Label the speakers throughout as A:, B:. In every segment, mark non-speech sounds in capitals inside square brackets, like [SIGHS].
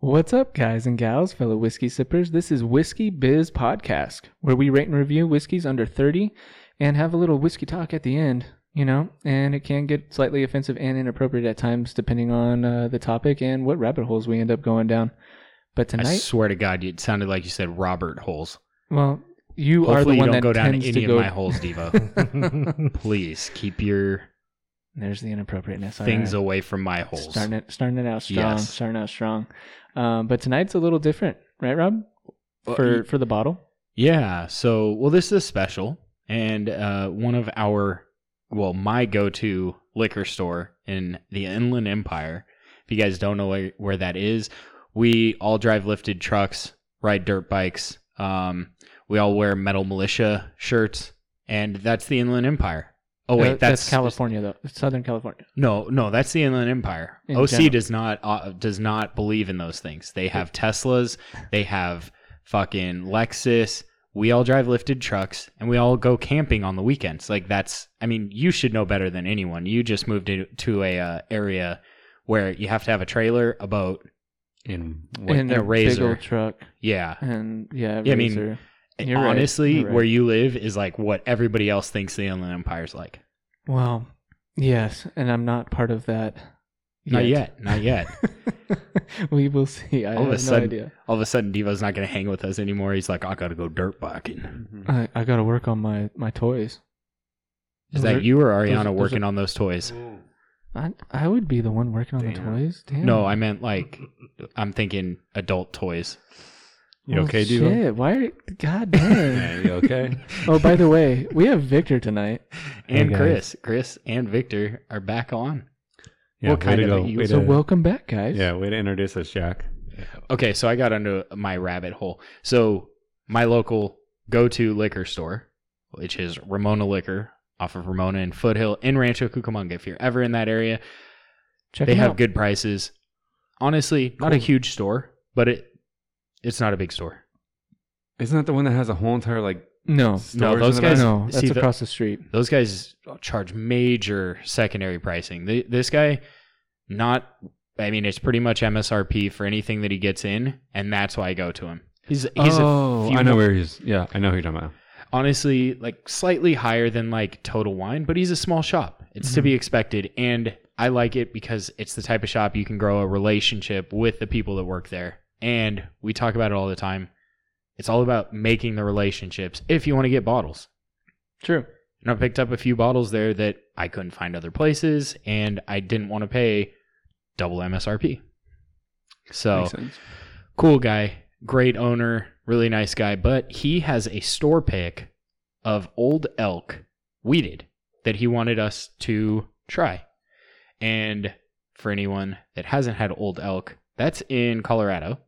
A: What's up, guys and gals, fellow whiskey sippers? This is Whiskey Biz Podcast, where we rate and review whiskeys under 30 and have a little whiskey talk at the end, you know, and it can get slightly offensive and inappropriate at times depending on uh, the topic and what rabbit holes we end up going down. But
B: I
A: tonight,
B: swear to God, it sounded like you said Robert holes.
A: well, you are the
B: Hopefully, you
A: one
B: don't
A: that
B: go down
A: tends
B: any
A: to
B: of
A: go.
B: my holes,
A: [LAUGHS]
B: Devo. Please keep your
A: There's the inappropriateness. all
B: things
A: right.
B: away from my holes.
A: Starting it, starting it out strong,
B: Yes.
A: starting out strong. Um, but tonight's a little different, right, Rob?
B: Well,
A: for
B: y-
A: for the bottle.
B: Yeah. So, well, this is special, and uh, one of our, well, my go-to liquor store in the Inland Empire. If you guys don't know where, where that is, we all drive lifted trucks, ride dirt bikes. Um, we all wear metal militia shirts, and that's the Inland Empire. Oh wait,
A: Uh,
B: that's,
A: California though, Southern California.
B: No, no, that's the Inland Empire.
A: In
B: OC
A: general.
B: does not uh, does not believe in those things. They have Teslas, they have fucking Lexus. We all drive lifted trucks, and we all go camping on the weekends. Like that's, I mean, you should know better than anyone. You just moved to, to a uh, area where you have to have a trailer, a boat,
C: in what
A: And
B: a
A: a big
B: razor.
A: old truck,
B: yeah.
A: and yeah,
B: Yeah, I mean,
A: razor. You're right.
B: Honestly,
A: You're right.
B: where you live is like what everybody else thinks the Inland Empire's like.
A: well, yes, and I'm not part of that.
B: Not yet, not yet.
A: [LAUGHS] we will see. I
B: All of
A: have
B: a
A: no
B: sudden-
A: idea.
B: all of a sudden, Devo's not going to hang with us anymore. He's like, I got to go dirt biking.
C: Mm-hmm.
A: I, I got to work on my my toys. Those
B: Is that
A: are-
B: you or Ariana
A: those are-
B: working on those toys?
A: I I would be the one working on the
C: Damn.
A: toys. Damn.
B: No, I meant like I'm thinking adult toys.
C: You
A: Well,
C: okay, dude?
A: Shit, why? Are, God damn.
B: [LAUGHS]
C: Yeah, you [LAUGHS] okay?
A: oh, by the way, we have Victor tonight.
B: And
C: Hey, guys.
B: Chris, Chris and Victor are back on.
C: Yeah,
B: What
C: way
B: kind
C: to
B: of
C: go.
B: a
C: Way
B: user
A: So
C: to-
A: welcome back, guys.
C: yeah, way to introduce us, Jack.
B: Okay, so I got into my rabbit hole. So my local go-to liquor store, which is Ramona Liquor off of Ramona and Foothill in Rancho Cucamonga. If you're ever in that area,
A: Check
B: they
A: him
B: have
A: out.
B: good prices. Honestly, not a
A: Cool.
B: huge store, but it it's not a big store.
C: Isn't that the one that has a whole entire like?
A: No,
C: Stores
B: No, those
C: in the
B: guys.
A: no, that's
B: see, the-
A: across the street.
B: those guys charge major secondary pricing. Th this guy, not, I mean, it's pretty much MSRP for anything that he gets in, and that's why I go to him. He's he's
C: oh,
B: a few
C: I know
B: more-
C: where he's. Yeah, I know who you're talking about.
B: honestly like slightly higher than like Total Wine, but he's a small shop. It's to be expected, and I like it because it's the type of shop you can grow a relationship with the people that work there. And we talk about it all the time. It's all about making the relationships if you want to get bottles.
A: True.
B: And I picked up a few bottles there that I couldn't find other places, and I didn't want to pay double MSRP. So
C: Makes sense.
B: cool guy, great owner, really nice guy, but he has a store pick of Old Elk weeded that he wanted us to try. And for anyone that hasn't had Old Elk, that's in Colorado.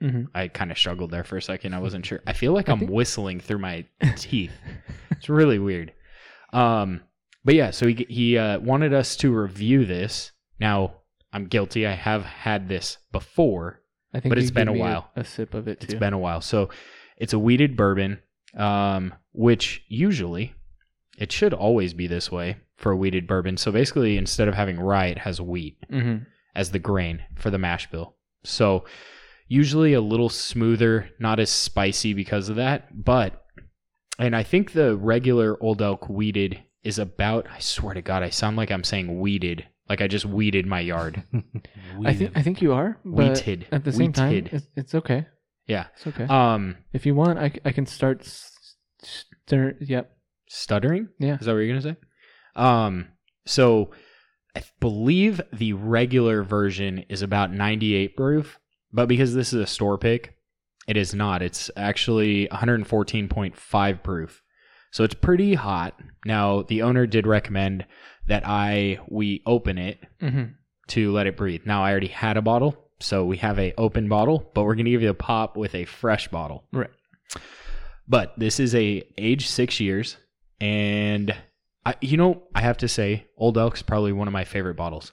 A: hmm
B: I kind of struggled there for a second. I wasn't sure. I feel like
A: I
B: I'm
A: think-
B: whistling through my teeth. It's really weird. Um, but yeah, so he he uh, wanted us to review this. Now I'm guilty. I have had this before.
A: I think.
B: But
A: you
B: it's been
A: gave
B: a
A: me
B: while.
A: A, sip of it too.
B: It's been a while. So it's a weeded bourbon, um, which usually it should always be this way for a weeded bourbon. So basically, instead of having rye, it has wheat
A: Mhm.
B: as the grain for the mash bill. So usually a little smoother, not as spicy because of that. But and I think the regular old elk weeded is about I swear to god, I sound like I'm saying weeded. Like I just weeded my yard.
A: I think I think you are. [LAUGHS] But
B: Wheated.
A: At the same time,
B: Wheated.
A: it's, it's okay.
B: Yeah.
A: It's okay.
B: Um
A: if you want, I, c- I can start. s- Stir. Yep.
B: stuttering?
A: Yeah.
B: Is that what you're gonna say? Um so I believe the regular version is about 98 proof, but because this is a store pick, it is not. It's actually 114.5 proof. So it's pretty hot. Now, the owner did recommend that I we open it
A: hmm
B: to let it breathe. Now, I already had a bottle, so we have a open bottle, but we're going to give you a pop with a fresh bottle.
A: Right.
B: But this is a age 6 years and I, you know, I have to say Old Elk's probably one of my favorite bottles.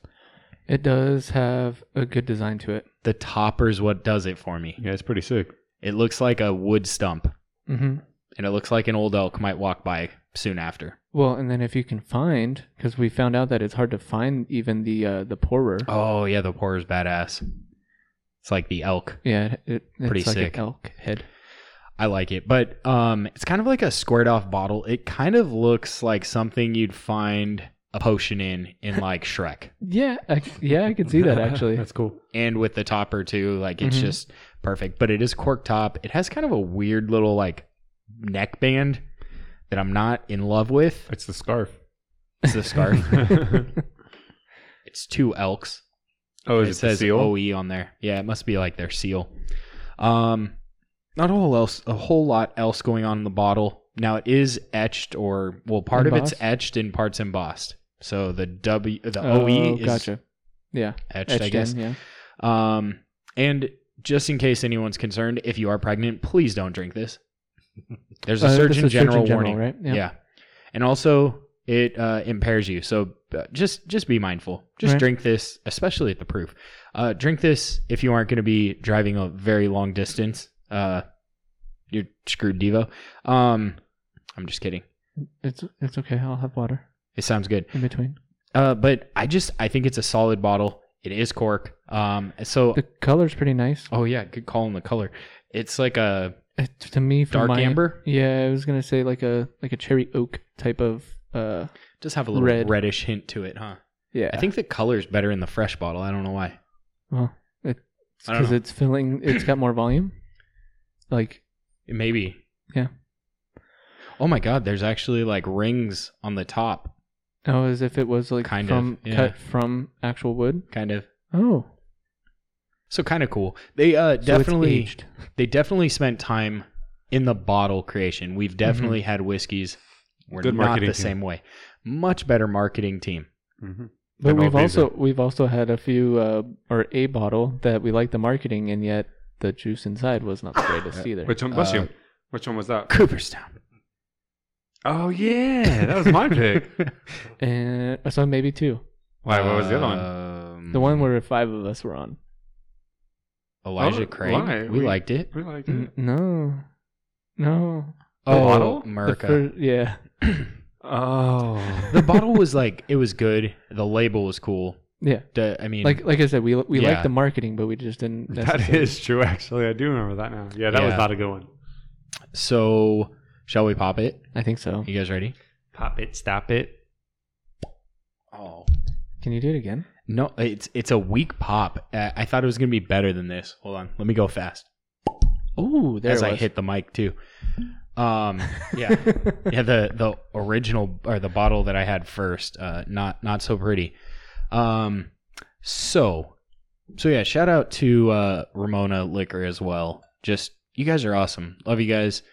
A: It does have a good design to it.
B: The topper's what does it for me.
C: Yeah, it's pretty sick.
B: It looks like a wood stump Mm-hmm.
A: hmm
B: and it looks like an old elk might walk by soon after.
A: Well, and then if you can find, because we found out that it's hard to find even the uh, the pourer.
B: Oh yeah, the pour is badass. It's like the elk.
A: Yeah, it, it, it's
B: Pretty
A: like
B: sick.
A: an elk head.
B: I like it, but um, it's kind of like a squared off bottle. It kind of looks like something you'd find a potion in in like Shrek,
A: Yeah, I, yeah, I can see
C: [LAUGHS]
A: that [LAUGHS] actually.
B: [LAUGHS]
C: That's cool.
B: and with the topper too. Like it's
A: Mhm.
B: just perfect. But it is cork top. It has kind of a weird little like neck band that I'm not in love with.
C: It's the scarf. [LAUGHS]
B: It's the scarf. it's two elks.
C: Oh,
B: it says OE on there. Yeah, it must be like their seal. Um, not a whole else, a whole lot else going on in the bottle. Now it is etched, or well, part of
A: Embossed?
B: it's etched and parts embossed. So the W, the
A: Oh,
B: OE E is
A: gotcha. Yeah,
B: etched,
A: etched
B: I guess.
A: in. Yeah,
B: Um, and just in case anyone's concerned, if you are pregnant, please don't drink this. There's a
A: Uh, this
B: Surgeon
A: is
B: General warning.
A: right?
B: yeah. and also it uh, impairs you. So uh, just just be mindful. Just
A: Right.
B: drink this, especially at the proof. Uh, drink this if you aren't going to be driving a very long distance. Uh, you're screwed, Devo. Um, I'm just kidding.
A: It's it's okay. I'll have water
B: It sounds good.
A: in between.
B: Uh, but I just I think it's a solid bottle. It is cork. Um, so
A: The color's pretty nice.
B: oh yeah, good call on the color. It's like a
A: Uh, to me, from
B: dark
A: my-
B: amber.
A: Yeah, I was gonna say like a like a cherry oak type of. uh
B: Does have a little
A: Red.
B: reddish hint to it, huh?
A: Yeah,
B: I think the color's better in the fresh bottle. I don't know why. I don't
A: because
B: know.
A: it's filling. It's got more volume. Like
B: Maybe.
A: Yeah.
B: Oh my god, there's actually like rings on the top,
A: oh, as if it was like
B: Kind of,
A: from
B: yeah.
A: cut from actual wood.
B: kind of.
A: Oh,
B: So kind of cool. They uh
A: so it's
B: definitely
A: aged.
B: they definitely spent time in the bottle creation.
A: Mm-hmm.
B: We've definitely had whiskeys. We're
C: Good
B: not the
C: marketing team.
B: same way. Much better marketing team.
C: Mm-hmm.
A: But
C: An old
A: we've also
C: diesel.
A: we've also had a few uh, or a bottle that we liked the marketing and yet the juice inside was not the greatest either.
C: Which one? Bless
B: Uh,
C: you. Which one was that?
B: Cooperstown.
C: Oh yeah, that was my pick.
A: and Uh, so maybe two.
C: [LAUGHS] Why? What was the other one?
B: one?
A: The one where five of us were on.
B: Elijah
C: Oh,
B: Craig.
C: why?
B: We,
C: We-
B: liked it.
C: We liked
A: N-
C: it.
A: no, no.
B: Oh,
C: bottle? The
A: The
B: America.
A: fir- yeah,
C: Oh,
B: [CLEARS THROAT] the bottle was like it was good. The label was cool.
A: yeah.
B: The, I mean,
A: Like like I said, we we
B: Yeah.
A: liked the marketing, but we just didn't.
C: that
A: necessarily-
C: is true. Actually, I do remember that now. Yeah, that was
B: Yeah.
C: not a good one.
B: so shall we pop it?
A: I think
B: [LAUGHS]
A: so.
B: You guys ready?
C: Pop it, stop it.
B: Oh
A: Can you do it again?
B: no, it's it's a weak pop. Uh, I thought it was gonna be better than this. Hold on, let me go fast
A: Ooh, there
B: as
A: it
B: I
A: was. [LAUGHS]
B: hit the mic too. Um, yeah, [LAUGHS] yeah. The the original or the bottle that I had first, uh, not not so pretty. Um, so so yeah, shout out to uh, Ramona Liquor as well. Just you guys are awesome. Love you guys.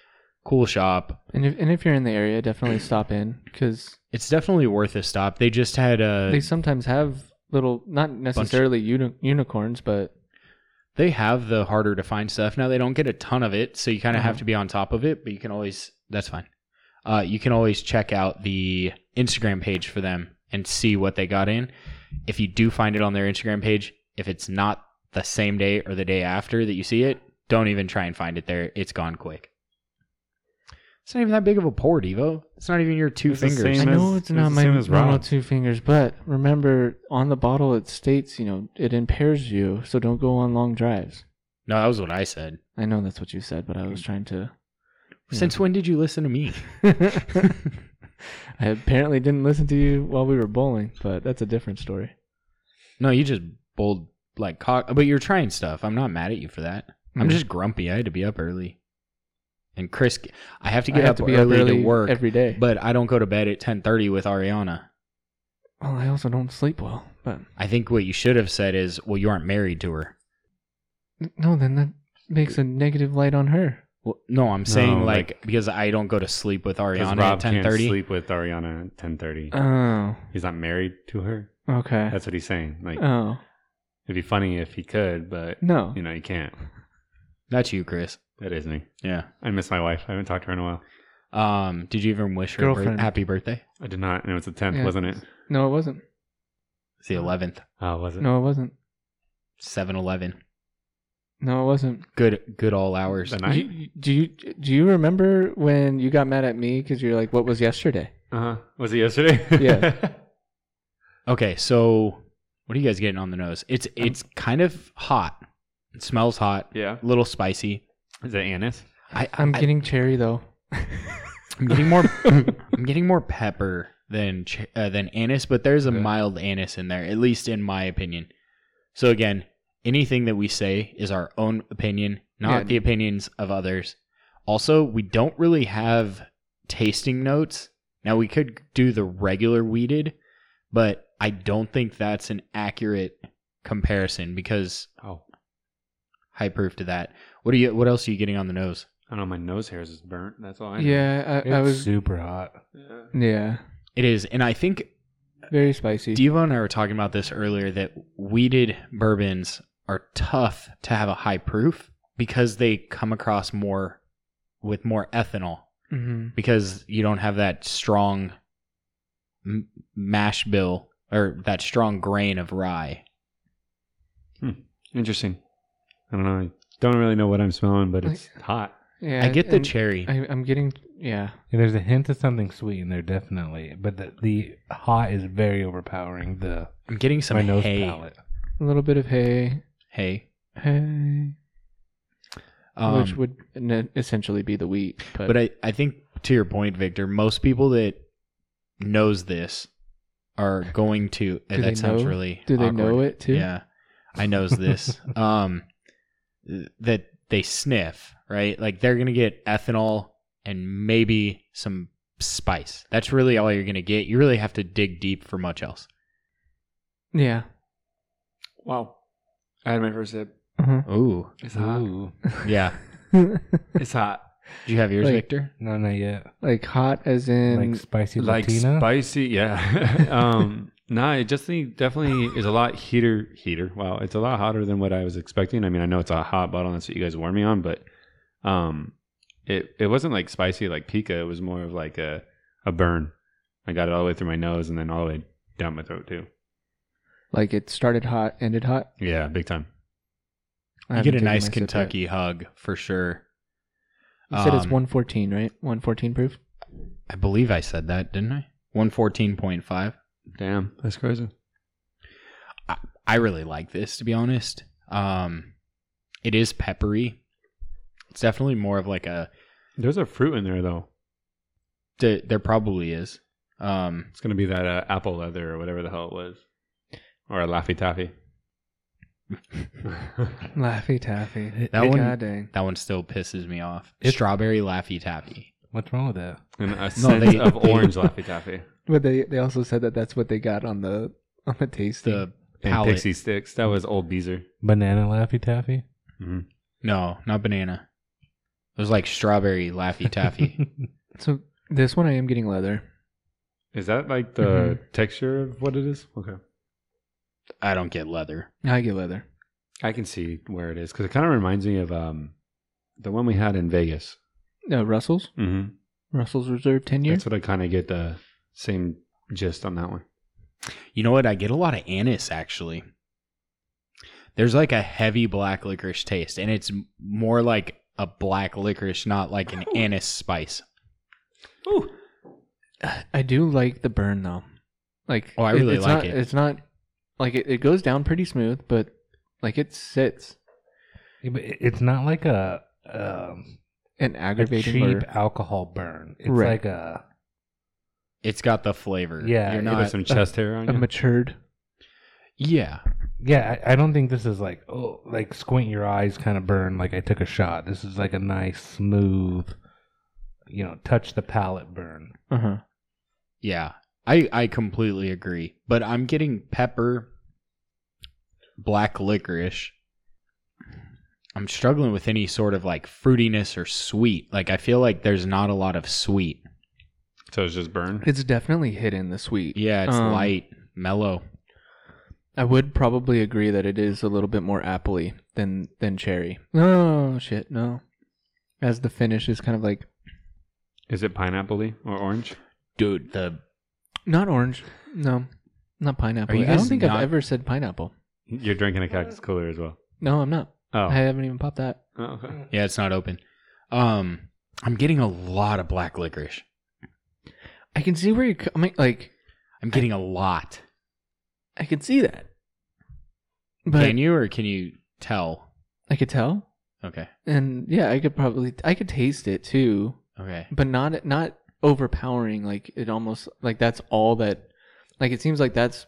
B: Cool shop.
A: And if and if you're in the area,
B: [CLEARS THROAT]
A: definitely stop in because
B: It's definitely worth a stop. They just had a
A: they sometimes have little, not necessarily uni- unicorns, but
B: they have the harder to find stuff now they don't get a ton of it so you kind of have
C: Mm-hmm.
A: Mhm.
B: to be on top of it but you can always that's fine uh, you can always check out the instagram page for them and see what they got in if you do find it on their instagram page if it's not the same day or the day after that you see it don't even try and find it there it's gone quick it's not even that big of a pour devo it's not even your two
C: It's the
B: fingers
A: I
C: same
A: know
C: as-
A: it's
C: it
A: not
C: was the
A: my
C: same as
A: normal
C: Rob.
A: two fingers, but remember on the bottle it states, you know, it impairs you, so don't go on long drives.
B: no that was what i said
A: I know that's what you said, but I was trying to.
C: Hmm.
A: Yeah.
B: since when did you listen to
C: [LAUGHS]
B: me
A: I apparently didn't listen to you while we were bowling, but that's a different story.
B: No, you just bold like cock, but you're trying stuff. I'm not mad at you for that. I'm
A: Mhm.
B: just grumpy. I had to be up early, and Chris, I have to
A: I
B: get
A: have
B: up, early to work,
A: every day.
B: but I don't go to bed at 10:30 with Ariana.
A: well, I also don't sleep well. But
B: I think what you should have said is, "Well, you aren't married to her."
A: no, then that makes a negative light on her.
B: Well, no, I'm saying
C: No,
B: like,
C: like-
B: because I don't go to sleep with
C: Because
B: Ariana
C: Rob
B: at
C: can't
B: 10:30.
C: sleep with Ariana at ten thirty.
A: Oh,
C: He's not married to her.
A: okay.
C: That's what he's saying. Like
A: Oh
C: it'd be funny if he could, but
A: no,
C: you know he can't.
B: That's you, Chris.
C: That is me.
B: Yeah.
C: I miss my wife. I haven't talked to her in a while.
B: Um, did you even wish her birth-
A: Girlfriend.
B: happy birthday?
C: I did not, and it was the tenth,
A: Yeah.
C: wasn't it?
A: no, it wasn't.
B: It's the 11th,
C: Oh, was it?
A: No, it wasn't.
B: 7-Eleven.
A: No, it wasn't.
B: Good, good all hours.
C: The
A: Do
C: night.
A: you, do you do you remember when you got mad at me because you're like, "What was yesterday?"
C: Uh huh. Was it yesterday?
A: [LAUGHS] Yeah.
B: Okay, so what are you guys getting on the nose? It's it's kind of hot. It smells hot,
C: [LAUGHS] Yeah.
B: a little spicy.
C: Is it anise?
B: I, I,
A: I'm getting cherry though.
B: I'm getting more. [LAUGHS] I'm getting more pepper than ch- uh, than anise, but there's a
C: Yeah.
B: mild anise in there, at least in my opinion. So again, anything that we say is our own opinion, not
A: Yeah.
B: the opinions of others. Also, we don't really have tasting notes. Now we could do the regular weeded, but I don't think that's an accurate comparison because
C: Oh,
B: high proof to that. What are you? What else are you getting on the nose?
C: I don't know. My nose hairs is burnt. That's all I know.
A: Yeah, I, I was.
D: super hot.
C: Yeah.
A: Yeah,
B: It is, and I think
A: very spicy.
B: Devo and I were talking about this earlier that weeded bourbons are tough to have a high proof because they come across more with more ethanol
A: hmm
B: because you don't have that strong m- mash bill or that strong grain of rye.
C: Interesting. I don't know. I don't really know what I'm smelling, but it's hot.
A: Yeah,
B: I get the
A: and
B: cherry.
A: I, I'm getting yeah.
D: And there's a hint of something sweet in there, definitely. But the, the hot is very overpowering the
B: I'm getting some
D: my nose
B: hay.
D: palate.
A: A little bit of hay,
B: Hay.
A: hay,
B: Um,
A: which would n- essentially be the wheat. But,
B: But I, I think to your point, Victor, most people that knows this are going to.
A: Do they
B: that sounds
A: know?
B: really.
A: do they
B: awkward.
A: know it too?
B: Yeah, I knows this.
A: [LAUGHS]
B: um, th- that they sniff right, like they're gonna get ethanol and maybe some spice. That's really all you're gonna get. You really have to dig deep for much else.
A: Yeah.
C: Wow. I had my first sip.
A: Uh-huh.
B: Ooh,
C: It's hot.
D: Ooh.
A: [LAUGHS]
B: yeah.
C: It's hot.
B: Do you have yours,
A: Like-
B: Victor?
D: [LAUGHS] No, not yet.
A: [LAUGHS] like hot as in
D: like spicy
C: like
D: Latina.
C: spicy, yeah. [LAUGHS] um, nah, it just think- definitely is a lot heater. Heater. Wow, it's a lot hotter than what I was expecting. I mean, I know it's a hot bottle, and that's what you guys warned me on, but um, it it wasn't like spicy like pica. It was more of like a a burn. I got it all the way through my nose and then all the way down my throat too.
A: like it started hot, ended hot.
C: Yeah, big time.
A: I
B: you get
A: haven't
B: a
A: taken
B: nice
A: my sip yet.
B: Kentucky hug for sure.
A: You said it's
B: Um,
A: 114, right? 114 proof.
B: I believe I said that, didn't I? One fourteen point five.
C: Damn, that's crazy.
B: I really like this to be honest. Um it is peppery. It's definitely more of like a
C: There's a fruit in there though.
B: th- there probably is. Um
C: It's gonna be that uh, apple leather or whatever the hell it was, or a laffy taffy.
A: Laffy taffy.
B: That one-
A: God dang.
B: that one still pisses me off.
D: It's-
B: Strawberry Laffy Taffy.
D: What's wrong with that?
C: and a
B: No,
C: scent
B: they-
C: of
B: they-
C: orange laffy taffy.
A: But they they also said that that's what they got on the on the tasting.
B: The
C: and
B: palate.
C: pixie sticks. That was old Beezer.
D: Banana Laffy Taffy.
B: No, not banana. It was like strawberry
D: [LAUGHS]
B: Laffy Taffy.
A: so this one I am getting leather.
C: Is that like the texture of what it is? Okay,
B: I don't get leather.
A: I get leather.
C: I can see where it is because it kind of reminds me of um, the one we had in Vegas.
A: No, Uh, Russell's.
C: Mm-hmm.
A: Russell's Reserve 10 year.
C: That's what I kind of get the same gist on that one.
B: You know what? I get a lot of anise actually. There's like a heavy black licorice taste and it's m- more like a black licorice, not like an anise spice.
A: I do like the burn though. Like
B: Oh, I really
A: it's
B: like
A: not,
B: it.
A: It's not like it, it goes down pretty smooth, but like it sits
D: Yeah, but it- it's not like a, um,
A: and
D: a
A: aggravating.
D: cheap
A: burn.
D: alcohol burn. It's
A: Right.
D: like a
B: It's got the flavor.
D: Yeah,
B: You're
D: it
C: You
B: not,
C: have some chest hair
A: [LAUGHS]
C: on
A: a
C: you.
A: matured.
B: yeah.
D: yeah. I, I don't think this is like oh like squint your eyes kind of burn. Like I took a shot. This is like a nice smooth, you know, touch the palate burn.
A: Uh huh.
B: Yeah, I I completely agree. But I'm getting pepper, black licorice. I'm struggling with any sort of like fruitiness or sweet. Like I feel like there's not a lot of sweet.
C: so it's just burn.
A: It's definitely hidden the sweet.
B: Yeah, it's
A: Um,
B: light, mellow.
A: I would probably agree that it is a little bit more appley than than cherry. No shit, no. As the finish is kind of like
C: Is it pineapple-y or orange?
B: Dude, the
A: not orange. No, not pineapple.
B: you
A: I don't
B: guys
A: think I've
B: not-
A: ever said pineapple.
C: You're drinking a cactus cooler as well.
A: No, I'm not.
C: Oh,
A: Uh, I haven't even popped that.
C: Oh, okay.
B: yeah, it's not open. Um, I'm getting a lot of black licorice.
A: I can see where you're coming. Like
B: I'm getting a lot.
A: I can see that. But
B: can you or can you tell?
A: I could tell,
B: Okay.
A: and yeah, I could probably I could taste it too,
B: Okay.
A: but not not overpowering. Like it almost like that's all that. Like it seems like that's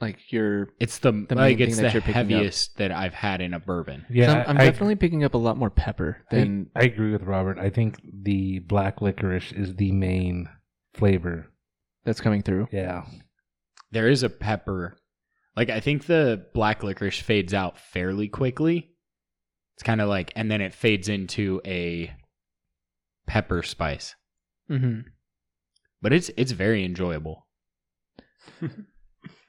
A: like your.
B: It's the,
A: main
B: like
A: thing
B: it's
A: that
B: the
A: you're picking up.
B: heaviest that I've had in a bourbon.
D: Yeah,
A: I'm, I'm
D: I-
A: definitely picking up a lot more pepper
D: I-
A: than.
D: I, agree with Robert. I think the black licorice is the main flavor.
A: that's coming through.
D: Yeah.
B: There is a pepper. Like I think the black licorice fades out fairly quickly. It's kind of like and then it fades into a pepper spice.
C: Mm-hmm.
A: hmm
B: But it's it's very enjoyable.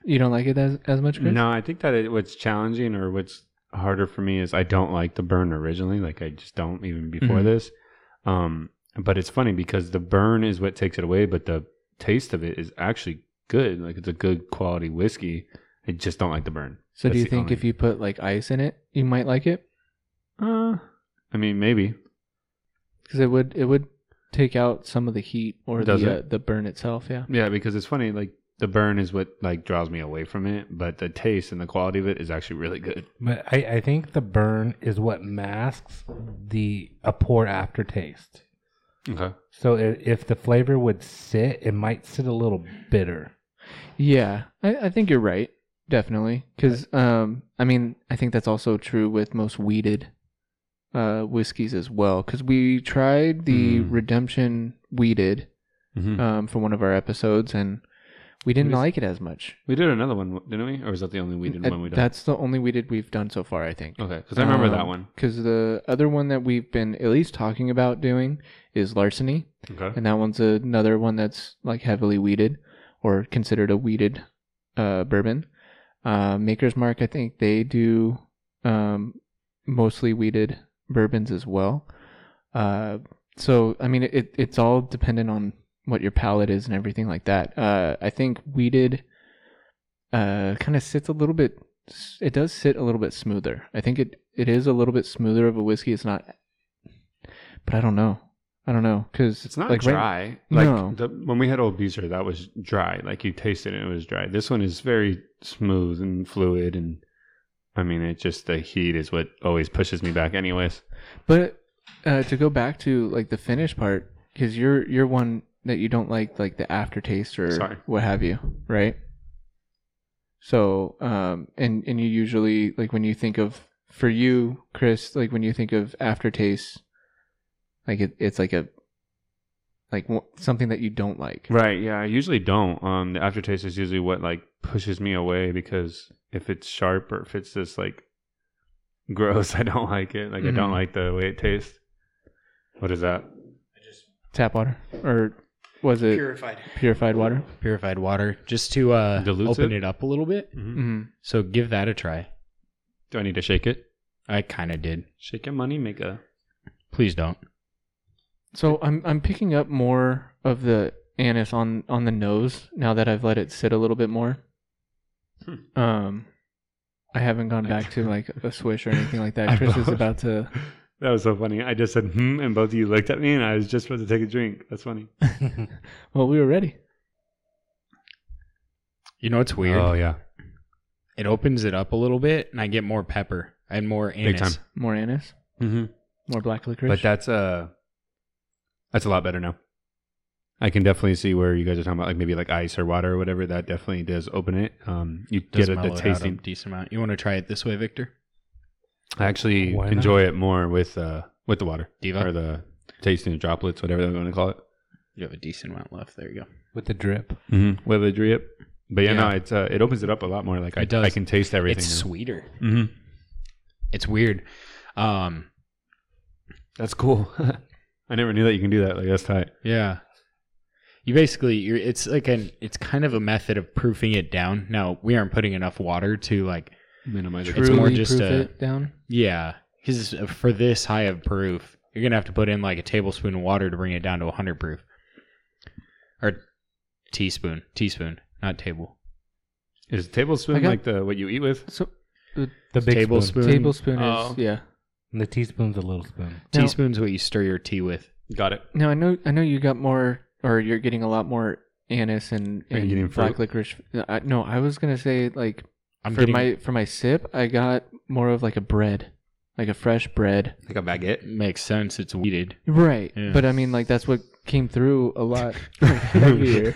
A: You don't like it as as much, Chris?
C: No, I think that it, what's challenging or what's harder for me is I don't like the burn originally. Like I just don't even before
A: Mhm.
C: this. Um, but it's funny because the burn is what takes it away, but the taste of it is actually good. Like it's a good quality whiskey. I just don't like the burn.
A: So do
C: That's
A: you
C: the
A: think
C: only-
A: if you put like ice in it, you might like it?
C: Uh, I mean, maybe.
A: Because it would it would take out some of the heat or
C: Does
A: the uh,
C: it?
A: the burn itself. Yeah.
C: Yeah, because it's funny. Like the burn is what like draws me away from it, but the taste and the quality of it is actually really good.
D: But I, I think the burn is what masks the a poor aftertaste.
C: Okay.
D: So i if the flavor would sit, it might sit a little bitter. [LAUGHS]
A: Yeah, I, I think you're right. Definitely, because um, I mean, I think that's also true with most weeded uh whiskeys as well. Because we tried the
C: Mm.
A: Redemption weeded
C: Mm-hmm. Uh,
A: um for one of our episodes, and we didn't
C: What is-
A: like it as much.
C: We did another one, didn't we? Or was that the only weeded
A: Uh,
C: one we did?
A: That's the only weeded we've done so far, I think.
C: okay, because I remember that
A: Um,
C: one.
A: Because the other one that we've been at least talking about doing is larceny,
C: Okay.
A: and that one's another one that's like heavily weeded or considered a weeded uh, bourbon. Uh, Maker's Mark, I think they do um, mostly weeded bourbons as well. Uh, so I mean, it it's all dependent on what your palate is and everything like that. Uh, I think weeded uh, kind of sits a little bit. It does sit a little bit smoother. I think it it is a little bit smoother of a whiskey. It's not, but I don't know. I don't know because
C: It's not
A: right-
C: dry. like
A: No.
C: the, when we had Old Beezer, that was dry. Like you tasted it, and it was dry. This one is very smooth and fluid, and I mean, it just the heat is what always pushes me back. Anyways,
A: But uh, to go back to like the finish part, because you're you're one that you don't like like the aftertaste or
C: Sorry.
A: what have you, right? So, um, and and you usually like when you think of for you, Chris, like when you think of aftertaste, like it, it's like a like w- something that you don't like.
C: right? Yeah, I usually don't. Um, the aftertaste is usually what like pushes me away because if it's sharp or if it's just like [LAUGHS] gross, I don't like it. Like I
A: Mhm.
C: don't like the way it tastes. What is that?
A: Tap water or was it
E: purified.
A: purified water?
B: Purified water just to uh
C: Dilutes
B: open
C: it?
B: it? up a little bit.
A: Mm-hmm.
B: So give that a try.
C: Do I need to shake it?
B: I kind of did.
C: Shake your money maker.
B: Please don't.
A: So I'm I'm picking up more of the anise on on the nose now that I've let it sit a little bit more.
C: Hmm.
A: Um, I haven't gone back to like
C: [LAUGHS]
A: a swish or anything like
C: I
A: that. Chris is
C: both-
A: about to.
C: [LAUGHS] That was so funny. I just said hmm, and both of you looked at me, and I was just about to take a drink. That's funny.
A: Well, we were ready.
B: You know what's weird?
C: yeah,
B: It opens it up a little bit and I get more pepper and more
C: Big
B: anise.
C: time.
A: More anise,
C: mm-hmm.
A: more black licorice.
C: but that's uh that's a lot better now. I can definitely see where you guys are talking about, like maybe like ice or water or whatever. That definitely does open it. Um, you
B: Does
C: get a,
B: mellow
C: the
B: it out
C: tasting.
B: a decent amount. You want to try it this way, Victor?
C: I actually
D: Why not?
C: enjoy it more with uh with the water
B: Diva?
C: or the tasting droplets, whatever they want to call it.
B: You have a decent amount left. There you go.
D: with the drip.
C: Mm-hmm. With the drip, but yeah,
B: Yeah.
C: no, it's uh, it opens it up a lot more. Like I,
B: It does.
C: I can taste everything.
B: It's
C: now.
B: sweeter.
C: Mm-hmm.
B: It's weird. Um, [LAUGHS]
C: That's cool. I never knew that you can do that. Like that's tight.
B: Yeah. You basically you're it's like an it's kind of a method of proofing it down. Now, we aren't putting enough water to like
C: Minimize
B: It's more
A: Truly
B: just
A: proof
B: a-
A: it down.
B: yeah, cuz for this high of proof, you're going to have to put in like a tablespoon of water to bring it down to 100 proof. Or teaspoon, teaspoon, not table.
C: Is tablespoon
A: Okay.
C: like the what you eat [LAUGHS] with?
A: So
D: The big tablespoon.
A: tablespoon
B: tablespoon.
A: is
C: Oh.
A: yeah.
D: The teaspoon's a little spoon.
A: Now-
B: Teaspoon's what you stir your tea with.
C: Got it.
A: Now I know I know you got more or you're getting a lot more anise and,
C: Are you getting
A: and black
C: fruit?
A: licorice. Uh, I, no, I was gonna say like
B: I'm
A: for
B: getting
A: my for my sip, I got more of like a bread, like a fresh bread.
C: Like a baguette.
B: Makes sense. It's weeded.
A: Right.
B: Yeah.
A: But I mean, like that's what came through a [LAUGHS] lot heavier.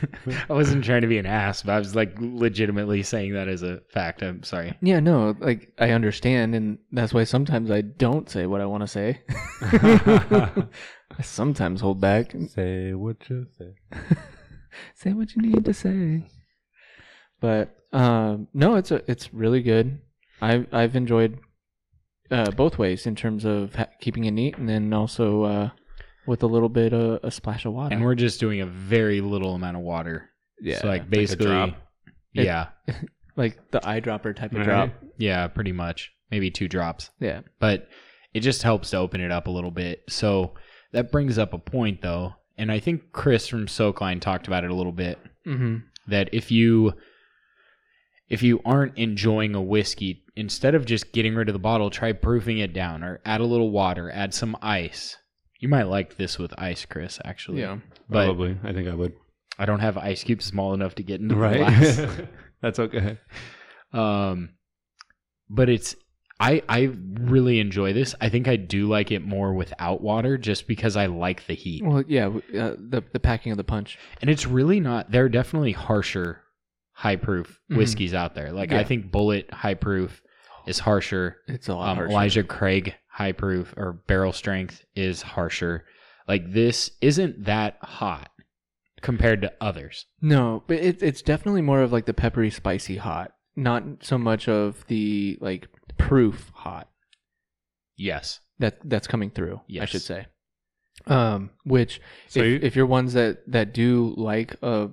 B: I wasn't trying to be an ass, but I was like legitimately saying that as a fact. I'm sorry.
A: Yeah, no, like I understand, and that's why sometimes I don't say what I want to say. [LAUGHS] I sometimes hold back. and
D: Say what you say.
A: Say what you need to say. But um, no, it's a, it's really good. I've I've enjoyed uh, both ways in terms of ha- keeping it neat, and then also uh, with a little bit of a splash of water.
B: And we're just doing a very little amount of water.
A: yeah,
B: So like
C: a
B: basically,
C: drop.
A: It-
B: yeah,
A: like the eyedropper type of
C: Right.
A: drop.
B: yeah, pretty much. Maybe two drops.
A: Yeah,
B: but it just helps to open it up a little bit. So that brings up a point though, and I think Chris from Soakline talked about it a little bit
A: mm-hmm.
B: that if you if you aren't enjoying a whiskey, instead of just getting rid of the bottle, try proofing it down or add a little water, add some ice. You might like this with ice, Chris, actually.
A: yeah.
B: But
C: Probably. I think I would.
B: I don't have ice cubes small enough to get into the glass.
A: [LAUGHS]
C: [LAUGHS] Right. That's okay.
B: Um, but it's I I really enjoy this. I think I do like it more without water, just because I like the heat,
A: Well, yeah, w- uh, the the packing of the punch.
B: and it's really not. There are definitely harsher high proof
A: Mhm.
B: whiskeys out there. Like
A: Yeah.
B: I think Bullet high proof is harsher.
A: It's a lot
B: Um,
A: harsher.
B: Elijah Craig high proof or barrel strength is harsher. Like this isn't that hot compared to others.
A: No, but it, it's definitely more of like the peppery, spicy hot, not so much of the like proof hot
B: Yes.
A: that that's coming through. I
B: Yes.
A: should say. Um, which
C: So
A: if,
C: you-
A: if you're ones that that do like uh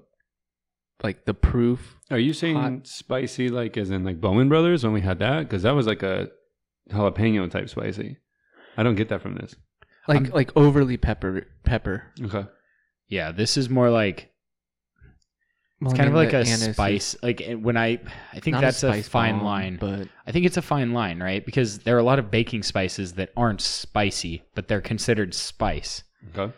A: like the proof,
C: Are you saying
A: Hot.
C: spicy like as in like Bowman Brothers when we had that? Because that was like a jalapeno type spicy. I don't get that from this.
A: like
B: I'm-
A: like overly pepper pepper.
C: Okay.
B: Yeah. This is more like
A: Well,
B: It's
A: I
B: kind of
A: mean,
B: like
A: the
B: a
A: anise is
B: spice. Like it- when I, I think
A: not
B: that's a,
A: spice
B: fine
A: bomb,
B: line.
A: but
B: I think it's a fine line, right? Because there are a lot of baking spices that aren't spicy, but they're considered spice.
C: Okay.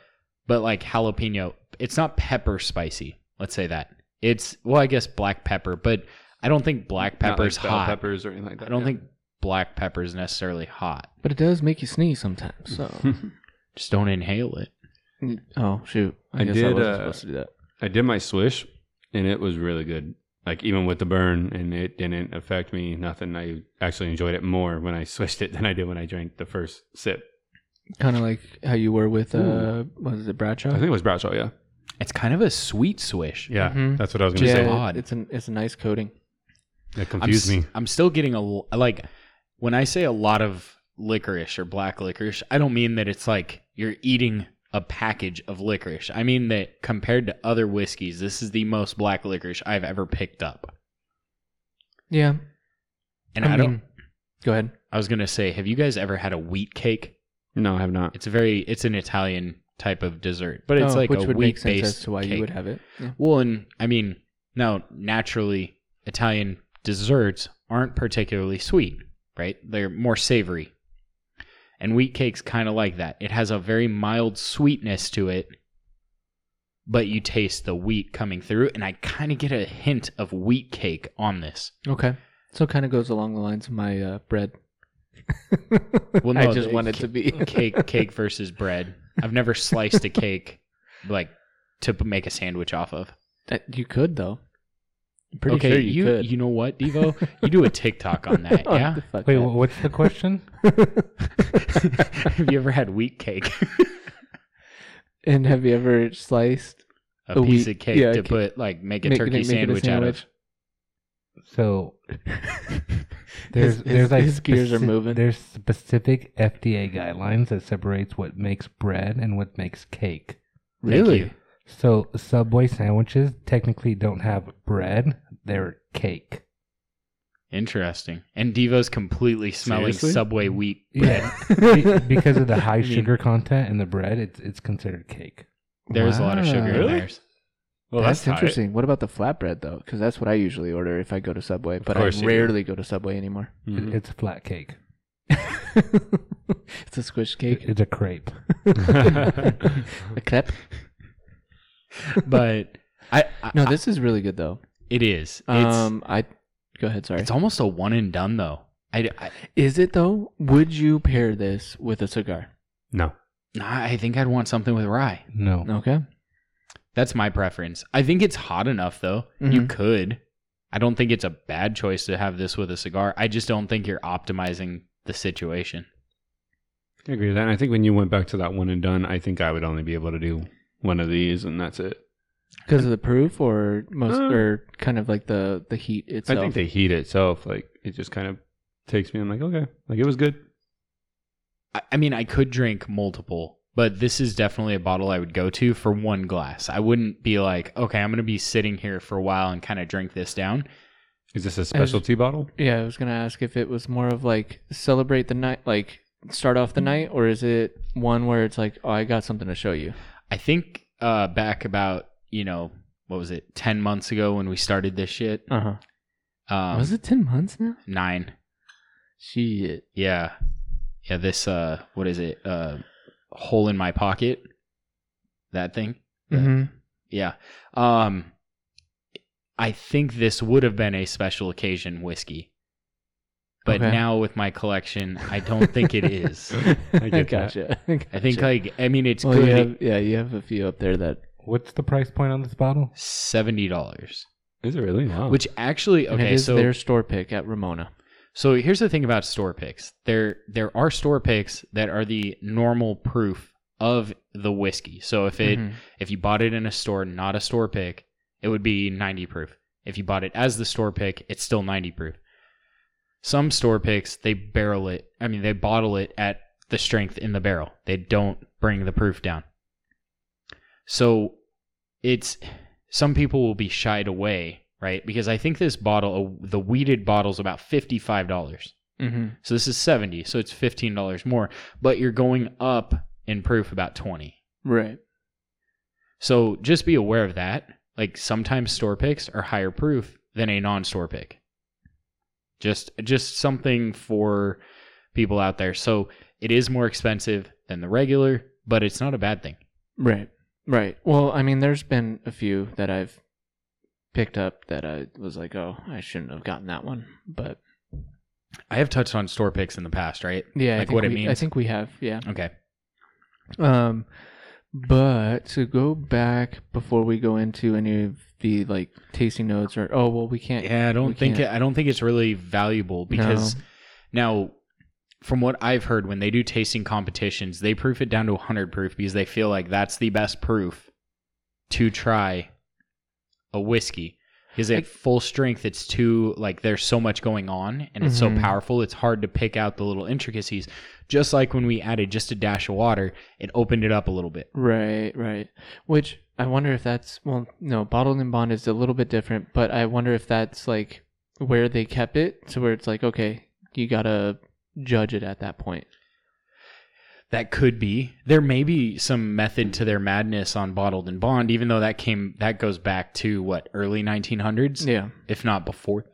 B: But like jalapeno, it's not pepper spicy. Let's say that it's well, I guess black pepper, but I don't think black
C: Not
B: pepper's
C: like bell
B: hot.
C: Peppers or anything like that.
B: I don't
C: yeah.
B: think black pepper is necessarily hot.
A: but it does make you sneeze sometimes.
B: [LAUGHS]
A: So
B: Just don't inhale it.
A: oh shoot, I,
C: I
A: guess I
C: did,
A: wasn't
C: uh,
A: supposed to do that.
C: [LAUGHS] I did my swish, and it was really good. Like even with the burn, and it didn't affect me. Nothing. I actually enjoyed it more when I [LAUGHS] swished it than I did when I drank the first sip.
A: Kind of like how you were with uh,
C: Ooh.
A: what is it, Bradshaw?
C: I think it was Bradshaw. Yeah.
B: It's kind of a sweet swish.
C: Yeah.
A: Mhm.
C: That's what I was
A: yeah,
C: gonna
A: it-
C: say.
B: odd.
A: it's an it's a nice coating.
C: That
B: I'm,
C: confused
B: s-
C: me.
B: I'm still getting a l- like when I say a lot of licorice or black licorice, I don't mean that it's like you're eating a package of licorice. I mean that compared to other whiskeys, this is the most black licorice I've ever picked up.
A: Yeah,
B: And I, don't
A: mean- Go ahead.
B: I was going to say, have you guys ever had a wheat cake?
C: No, I have not.
B: It's a very it's an Italian type of dessert, but it's
A: Oh,
B: like
A: which
B: a
A: would
B: wheat
A: make sense
B: based
A: as to why you would have it. Yeah.
B: Well, and I mean, now naturally, Italian desserts aren't particularly sweet, right? They're more savory. And wheat cake's kind of like that. It has a very mild sweetness to it, but you taste the wheat coming through. And I kind of get a hint of wheat cake on this.
A: Okay. So kind of goes along the lines of my uh, bread.
B: [LAUGHS]
A: [LAUGHS]
B: Well,
A: I
B: no,
A: just
B: the
A: want it
B: ca-
A: to be [LAUGHS]
B: cake, cake versus bread. I've never sliced a cake like to p- make a sandwich off of.
A: That- you could though. I'm pretty
B: okay,
A: sure you, [LAUGHS]
B: you
A: could.
B: you know what, Devo? You do a TikTok on that,
A: [LAUGHS] Oh,
B: yeah?
A: the fuck
D: Wait,
A: that.
D: wha- what's the question?
B: [LAUGHS] have you ever had wheat cake?
A: [LAUGHS] and have you ever sliced?
B: A,
A: A
B: piece
A: wheat-
B: of cake
A: yeah,
B: to
A: ca-
B: put like make a
A: make it-
B: turkey
A: make it a
B: sandwich,
D: so there's
A: His-
D: there's
A: his-
D: like
A: his gears are
D: speci-
A: moving.
D: There's specific FDA guidelines that separates what makes bread and what makes cake.
B: out of. Thank
A: Really?
B: you.
D: So Subway sandwiches technically don't have bread; they're cake.
B: Interesting. And Devo's completely smelling
C: Seriously?
B: Subway wheat bread.
D: Yeah, Be-
B: [LAUGHS]
A: [LAUGHS]
D: because of the high
B: I mean-
D: sugar content in the bread, it's it's considered cake.
B: There's a lot of
A: Ah.
B: sugar in
C: Really?
B: theirs.
C: Well,
A: that's,
C: tight.
A: interesting. What about the flatbread though? Because that's what I usually order if I go to Subway, but I
C: course you do.
A: rarely go to Subway anymore. [LAUGHS]
D: It-
C: Mhm.
D: It's a flat cake.
A: it's a squish
D: It-
A: cake,
D: It's a crepe.
A: [LAUGHS]
C: Mm-hmm.
A: a crepe. [LAUGHS]
B: But I, I
A: No, this is really good though.
B: it is. It's
A: Um, I go ahead. Sorry.
B: it's almost a one and done though. I, I,
A: Is it though? Would you pair this with a cigar?
C: [LAUGHS] No.
B: I think I'd want something with rye.
D: No.
A: Okay.
B: That's my preference. I think it's hot enough though. You
A: Mhm.
B: could. I don't think it's a bad choice to have this with a cigar. I just don't think you're optimizing the situation.
C: I agree with that. And I think when you went back to that one and done, I think I would only be able to do one of these and that's it.
A: Because of the proof, or most,
C: Uh,
A: or kind of like the the heat itself.
C: I think the heat itself, like it just kind of takes me. I'm like, okay, like it was good.
B: I, I mean, I could drink multiple, but this is definitely a bottle I would go to for one glass. I wouldn't be like, okay, I'm going to be sitting here for a while and kind of drink this down.
C: Is this a specialty bottle?
A: Yeah, I was gonna ask if it was more of like celebrate the night, like start off the night, or is it one where it's like, oh, I got something to show you.
B: I think uh, back about, you know, what was it, 10 months ago when we started this shit?
A: Uh huh.
B: Um,
A: was it ten months now?
B: Nine.
A: Shit.
B: Yeah. Yeah, this uh what is it? Uh hole in my pocket. That thing.
A: Mm-hmm.
B: Yeah. Um I think this would have been a special occasion whiskey. But
A: Okay.
B: now with my collection, I don't think
A: [LAUGHS]
B: it is.
A: Mm-hmm.
B: [LAUGHS]
C: I get
A: gotcha.
B: I think
A: Gotcha.
B: like I mean it's
A: Well,
B: good
A: you have, yeah, you have a few up there that
D: What's the price point on this bottle?
B: seventy dollars.
C: Is it really? Wow.
B: Which actually
A: and Oh. it
B: okay,
A: is
B: so
A: their store pick at Ramona.
B: So here's the thing about store picks. There there are store picks that are the normal proof of the whiskey. So if it
A: Mhm.
B: if you bought it in a store, not a store pick, it would be 90 proof. If you bought it as the store pick, it's still 90 proof. Some store picks they barrel it. I mean, they bottle it at the strength in the barrel. They don't bring the proof down. So it's some people will be shied away, right? Because I think this bottle, the weeded bottle, is about fifty-five dollars.
A: Mhm.
B: So this is 70, so it's $15 more, but you're going up in proof about 20.
A: Right.
B: So just be aware of that. Like sometimes store picks are higher proof than a non-store pick. Just just something for people out there. So it is more expensive than the regular, but it's not a bad thing.
A: Right. Right. Well, I mean, there's been a few that I've picked up that I was like, oh, I shouldn't have gotten that one. But
B: I have touched on store picks in the past, right?
A: yeah, I
B: Like
A: think
B: what it
A: we, I
B: means?
A: think we have. Yeah.
B: Okay.
A: Um, but to go back before we go into any of the like tasting notes or oh well we can't.
B: Yeah, I don't
A: We
B: think
A: can't-
B: I don't think it's really valuable because now from what I've heard when they do tasting competitions, they proof it down to 100 proof because they feel like that's the best proof to try a whiskey. Because at
A: Like-
B: full strength, it's too like there's so much going on and it's so
A: Mhm.
B: powerful. It's hard to pick out the little intricacies. Just like when we added just a dash of water, it opened it up a little bit.
A: Right, right. Which I wonder if that's well, no, bottled and bond is a little bit different, but I wonder if that's like where they kept it to where it's like okay, you gotta judge it at that point.
B: That could be. There may be some method to their madness on bottled and bond, even though that came that goes back to what early 1900s,
A: Yeah,
B: if not before.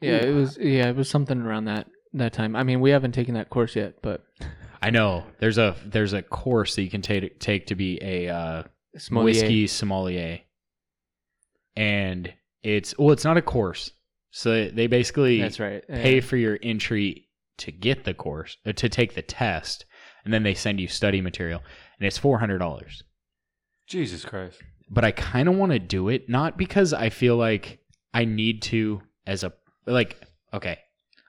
A: yeah. It was yeah, it was something around that that time. I mean, we haven't taken that course yet, but
B: I know there's a there's a course that you can take take to be a uh,
A: sommelier.
B: whiskey sommelier, and it's well, it's not a course. So they basically
A: That's right.
B: pay
A: yeah.
B: for your entry to get the course uh, to take the test, and then they send you study material, and it's four hundred dollars.
C: Jesus Christ.
B: but I kind of want to do it not because I feel like I need to as a like okay.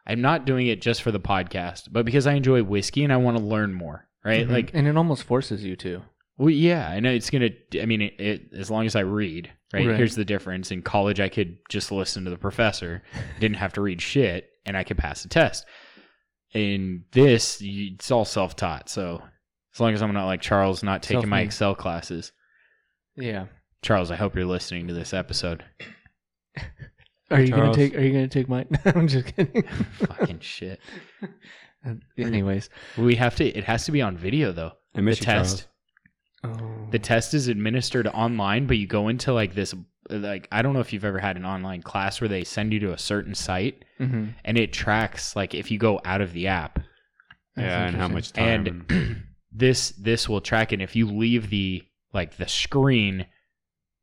B: I'm not doing it just for the podcast, but because I enjoy whiskey and I want to learn more, right?
A: Mhm.
B: Like,
A: and it almost forces you to.
B: well, yeah, I know it's going to I mean, it, it, as long as I read, right?
A: Right.
B: Here's the difference. In college I could just listen to the professor, didn't have to read shit, and I could pass the test. In this, you, it's all self-taught. So, as long as I'm not like Charles not taking my
A: Self-made.
B: Excel classes.
A: Yeah.
B: Charles, I hope you're listening to this episode.
A: Are you
C: Charles.
A: gonna take? Are you gonna take mine? [LAUGHS] I'm just
B: [LAUGHS]
A: kidding.
B: Fucking shit.
A: Anyways,
B: We have to. It has to be on video though.
C: I miss
B: the
C: you,
B: test.
C: Charles.
A: oh.
B: The test is administered online, but you go into like this. Like I don't know if you've ever had an online class where they send you to a certain site
A: Mhm.
B: and it tracks like if you go out of the app.
A: That's
C: Yeah, and how
A: interesting.
C: much time?
B: And [CLEARS THROAT] this this will track it. If you leave the like the screen,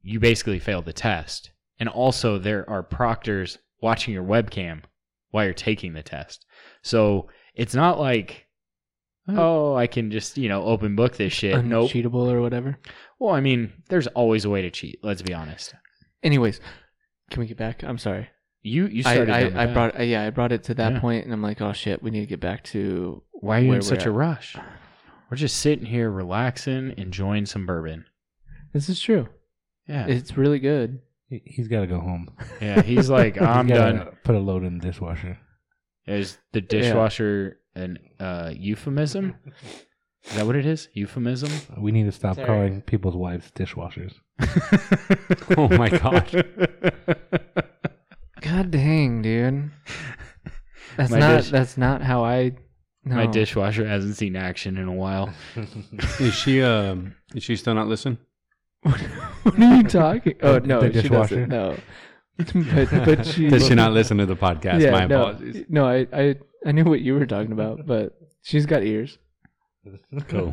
B: you basically fail the test. And also there are proctors watching your webcam while you're taking the test. So it's not like,
A: Hmm.
B: oh, I can just, you know, open book this shit. Nope.
A: uncheatable or whatever.
B: Well, I mean, there's always a way to cheat. Let's be honest.
A: Anyways, can we get back? I'm sorry.
B: You you
A: I
B: started. down the
A: I, I
B: path.
A: brought yeah I brought it to that
B: Yeah.
A: point, and I'm like, oh shit, we need to get back to
B: Why are you
A: where
B: in
A: we're
B: such a
A: at.
B: rush? We're just sitting here relaxing, enjoying some bourbon.
A: this is true.
B: Yeah,
A: It's really good.
D: He- He's got to go home.
B: yeah.
A: [LAUGHS]
B: He's like, [LAUGHS]
D: He's
B: I'm
D: gotta
B: done.
D: Put a load in the dishwasher.
B: Is the dishwasher an uh, euphemism? Is that what it is? Euphemism?
D: We need to stop
A: Sorry.
D: calling people's wives dishwashers.
B: [LAUGHS]
C: [LAUGHS] Oh my gosh.
A: God dang, dude. That's
B: My
A: not
B: dish-
A: that's not how I. No.
B: [LAUGHS] My dishwasher hasn't seen action in a while.
C: Is she um is she still not listening?
A: [LAUGHS] What are you talking? Oh no,
D: The
A: she doesn't.
D: dishwasher.
A: No, [LAUGHS] but but she.
C: Does
A: [LAUGHS]
C: she not listen to the podcast?
A: yeah,
C: My
A: no,
C: apologies.
A: [LAUGHS] No, I, I I knew what you were talking about, but she's got ears.
C: Cool.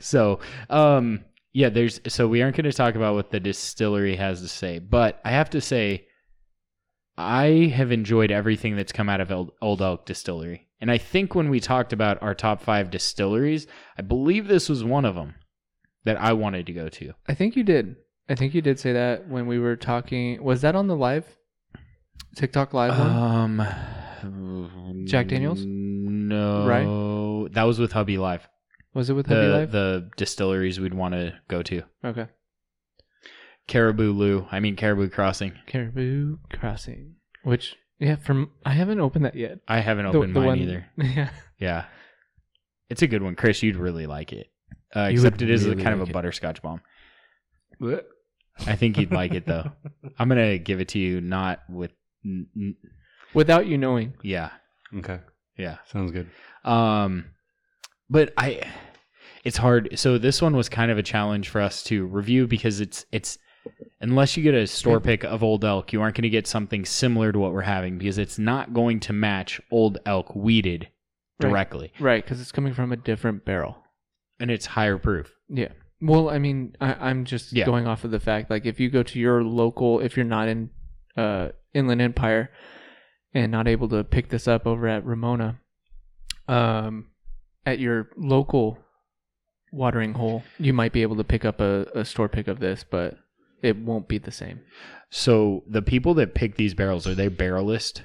B: So, um, yeah, there's so we aren't going to talk about what the distillery has to say, but I have to say, I have enjoyed everything that's come out of Old, Old Elk Distillery, and I think when we talked about our top five distilleries, I believe this was one of them that I wanted to go to.
A: I think you did. I think you did say that when we were talking. Was that on the live TikTok live
B: Uh,
A: one?
B: Um,
A: Jack Daniels?
B: No, right? That was with Hubby Live.
A: Was it with
B: The
A: Hubby Live?
B: the distilleries we'd want to go to.
A: okay.
B: Caribou Lou, I mean Caribou Crossing.
A: Caribou Crossing, which yeah, from I haven't opened that yet.
B: I haven't
A: The-
B: opened
A: the
B: mine
A: one-
B: either.
A: [LAUGHS] Yeah.
B: Yeah. It's a good one, Chris. You'd really like it. Uh,
A: You
B: except
A: would
B: it is a
A: really
B: kind of
A: like
B: a
A: it.
B: butterscotch bomb. I think you'd like
A: [LAUGHS]
B: it though. I'm gonna give it to you, not with. N- n-
A: Without you knowing.
B: yeah,
C: Okay.
B: yeah.
C: Sounds good.
B: Um, but I, it's hard. So this one was kind of a challenge for us to review because it's it's unless you get a
A: Hmm.
B: store pick of Old Elk, you aren't going to get something similar to what we're having because it's not going to match Old Elk weeded
A: Right.
B: directly,
A: Right, because it's coming from a different barrel.
B: and it's higher proof.
A: Yeah. Well, I mean, I, I'm just
B: Yeah.
A: going off of the fact, like, if you go to your local, if you're not in uh, Inland Empire and not able to pick this up over at Ramona, um, at your local watering hole, you might be able to pick up a, a store pick of this, but it won't be the same.
B: So the people that pick these barrels are they barrelist?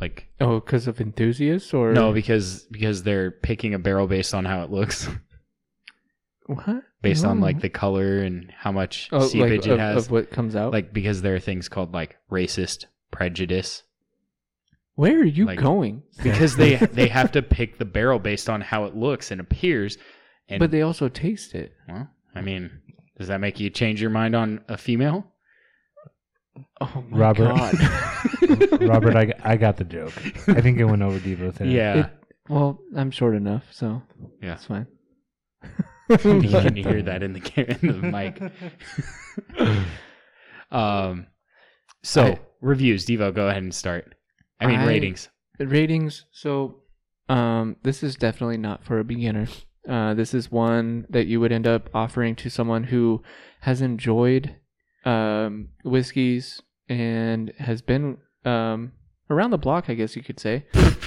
B: Like
A: Oh, because of enthusiasts or
B: no, because because they're picking a barrel based on how it looks, [LAUGHS]
A: what?
B: based on
A: No.
B: like the color and how much
A: oh, like,
B: seepage
A: of,
B: it has.
A: of what comes out.
B: like because there are things called like racist prejudice
A: where are you
B: like-
A: going?
B: [LAUGHS]
A: [LAUGHS]
B: because they they have to pick the barrel based on how it looks and appears. And
A: but they also taste it.
B: well, I mean, does that make you change your mind on a female?
A: Oh my
D: Robert.
A: god. [LAUGHS]
D: [LAUGHS] [LAUGHS] Robert, I, I got the joke. I think it went over Devo's head. [LAUGHS]
B: Yeah,
A: It- Well, I'm short enough, so
B: Yeah.
A: that's fine.
B: [LAUGHS] you can hear that in the ca- in the
A: [LAUGHS]
B: mic. [LAUGHS] um, so
A: I-
B: reviews, Devo, go ahead and start. I mean
A: I- [LAUGHS]
B: ratings.
A: The ratings. So, um, this is definitely not for a beginner. Uh, this is one that you would end up offering to someone who has enjoyed um, whiskeys and has been um, around the block, I guess you could say. [LAUGHS]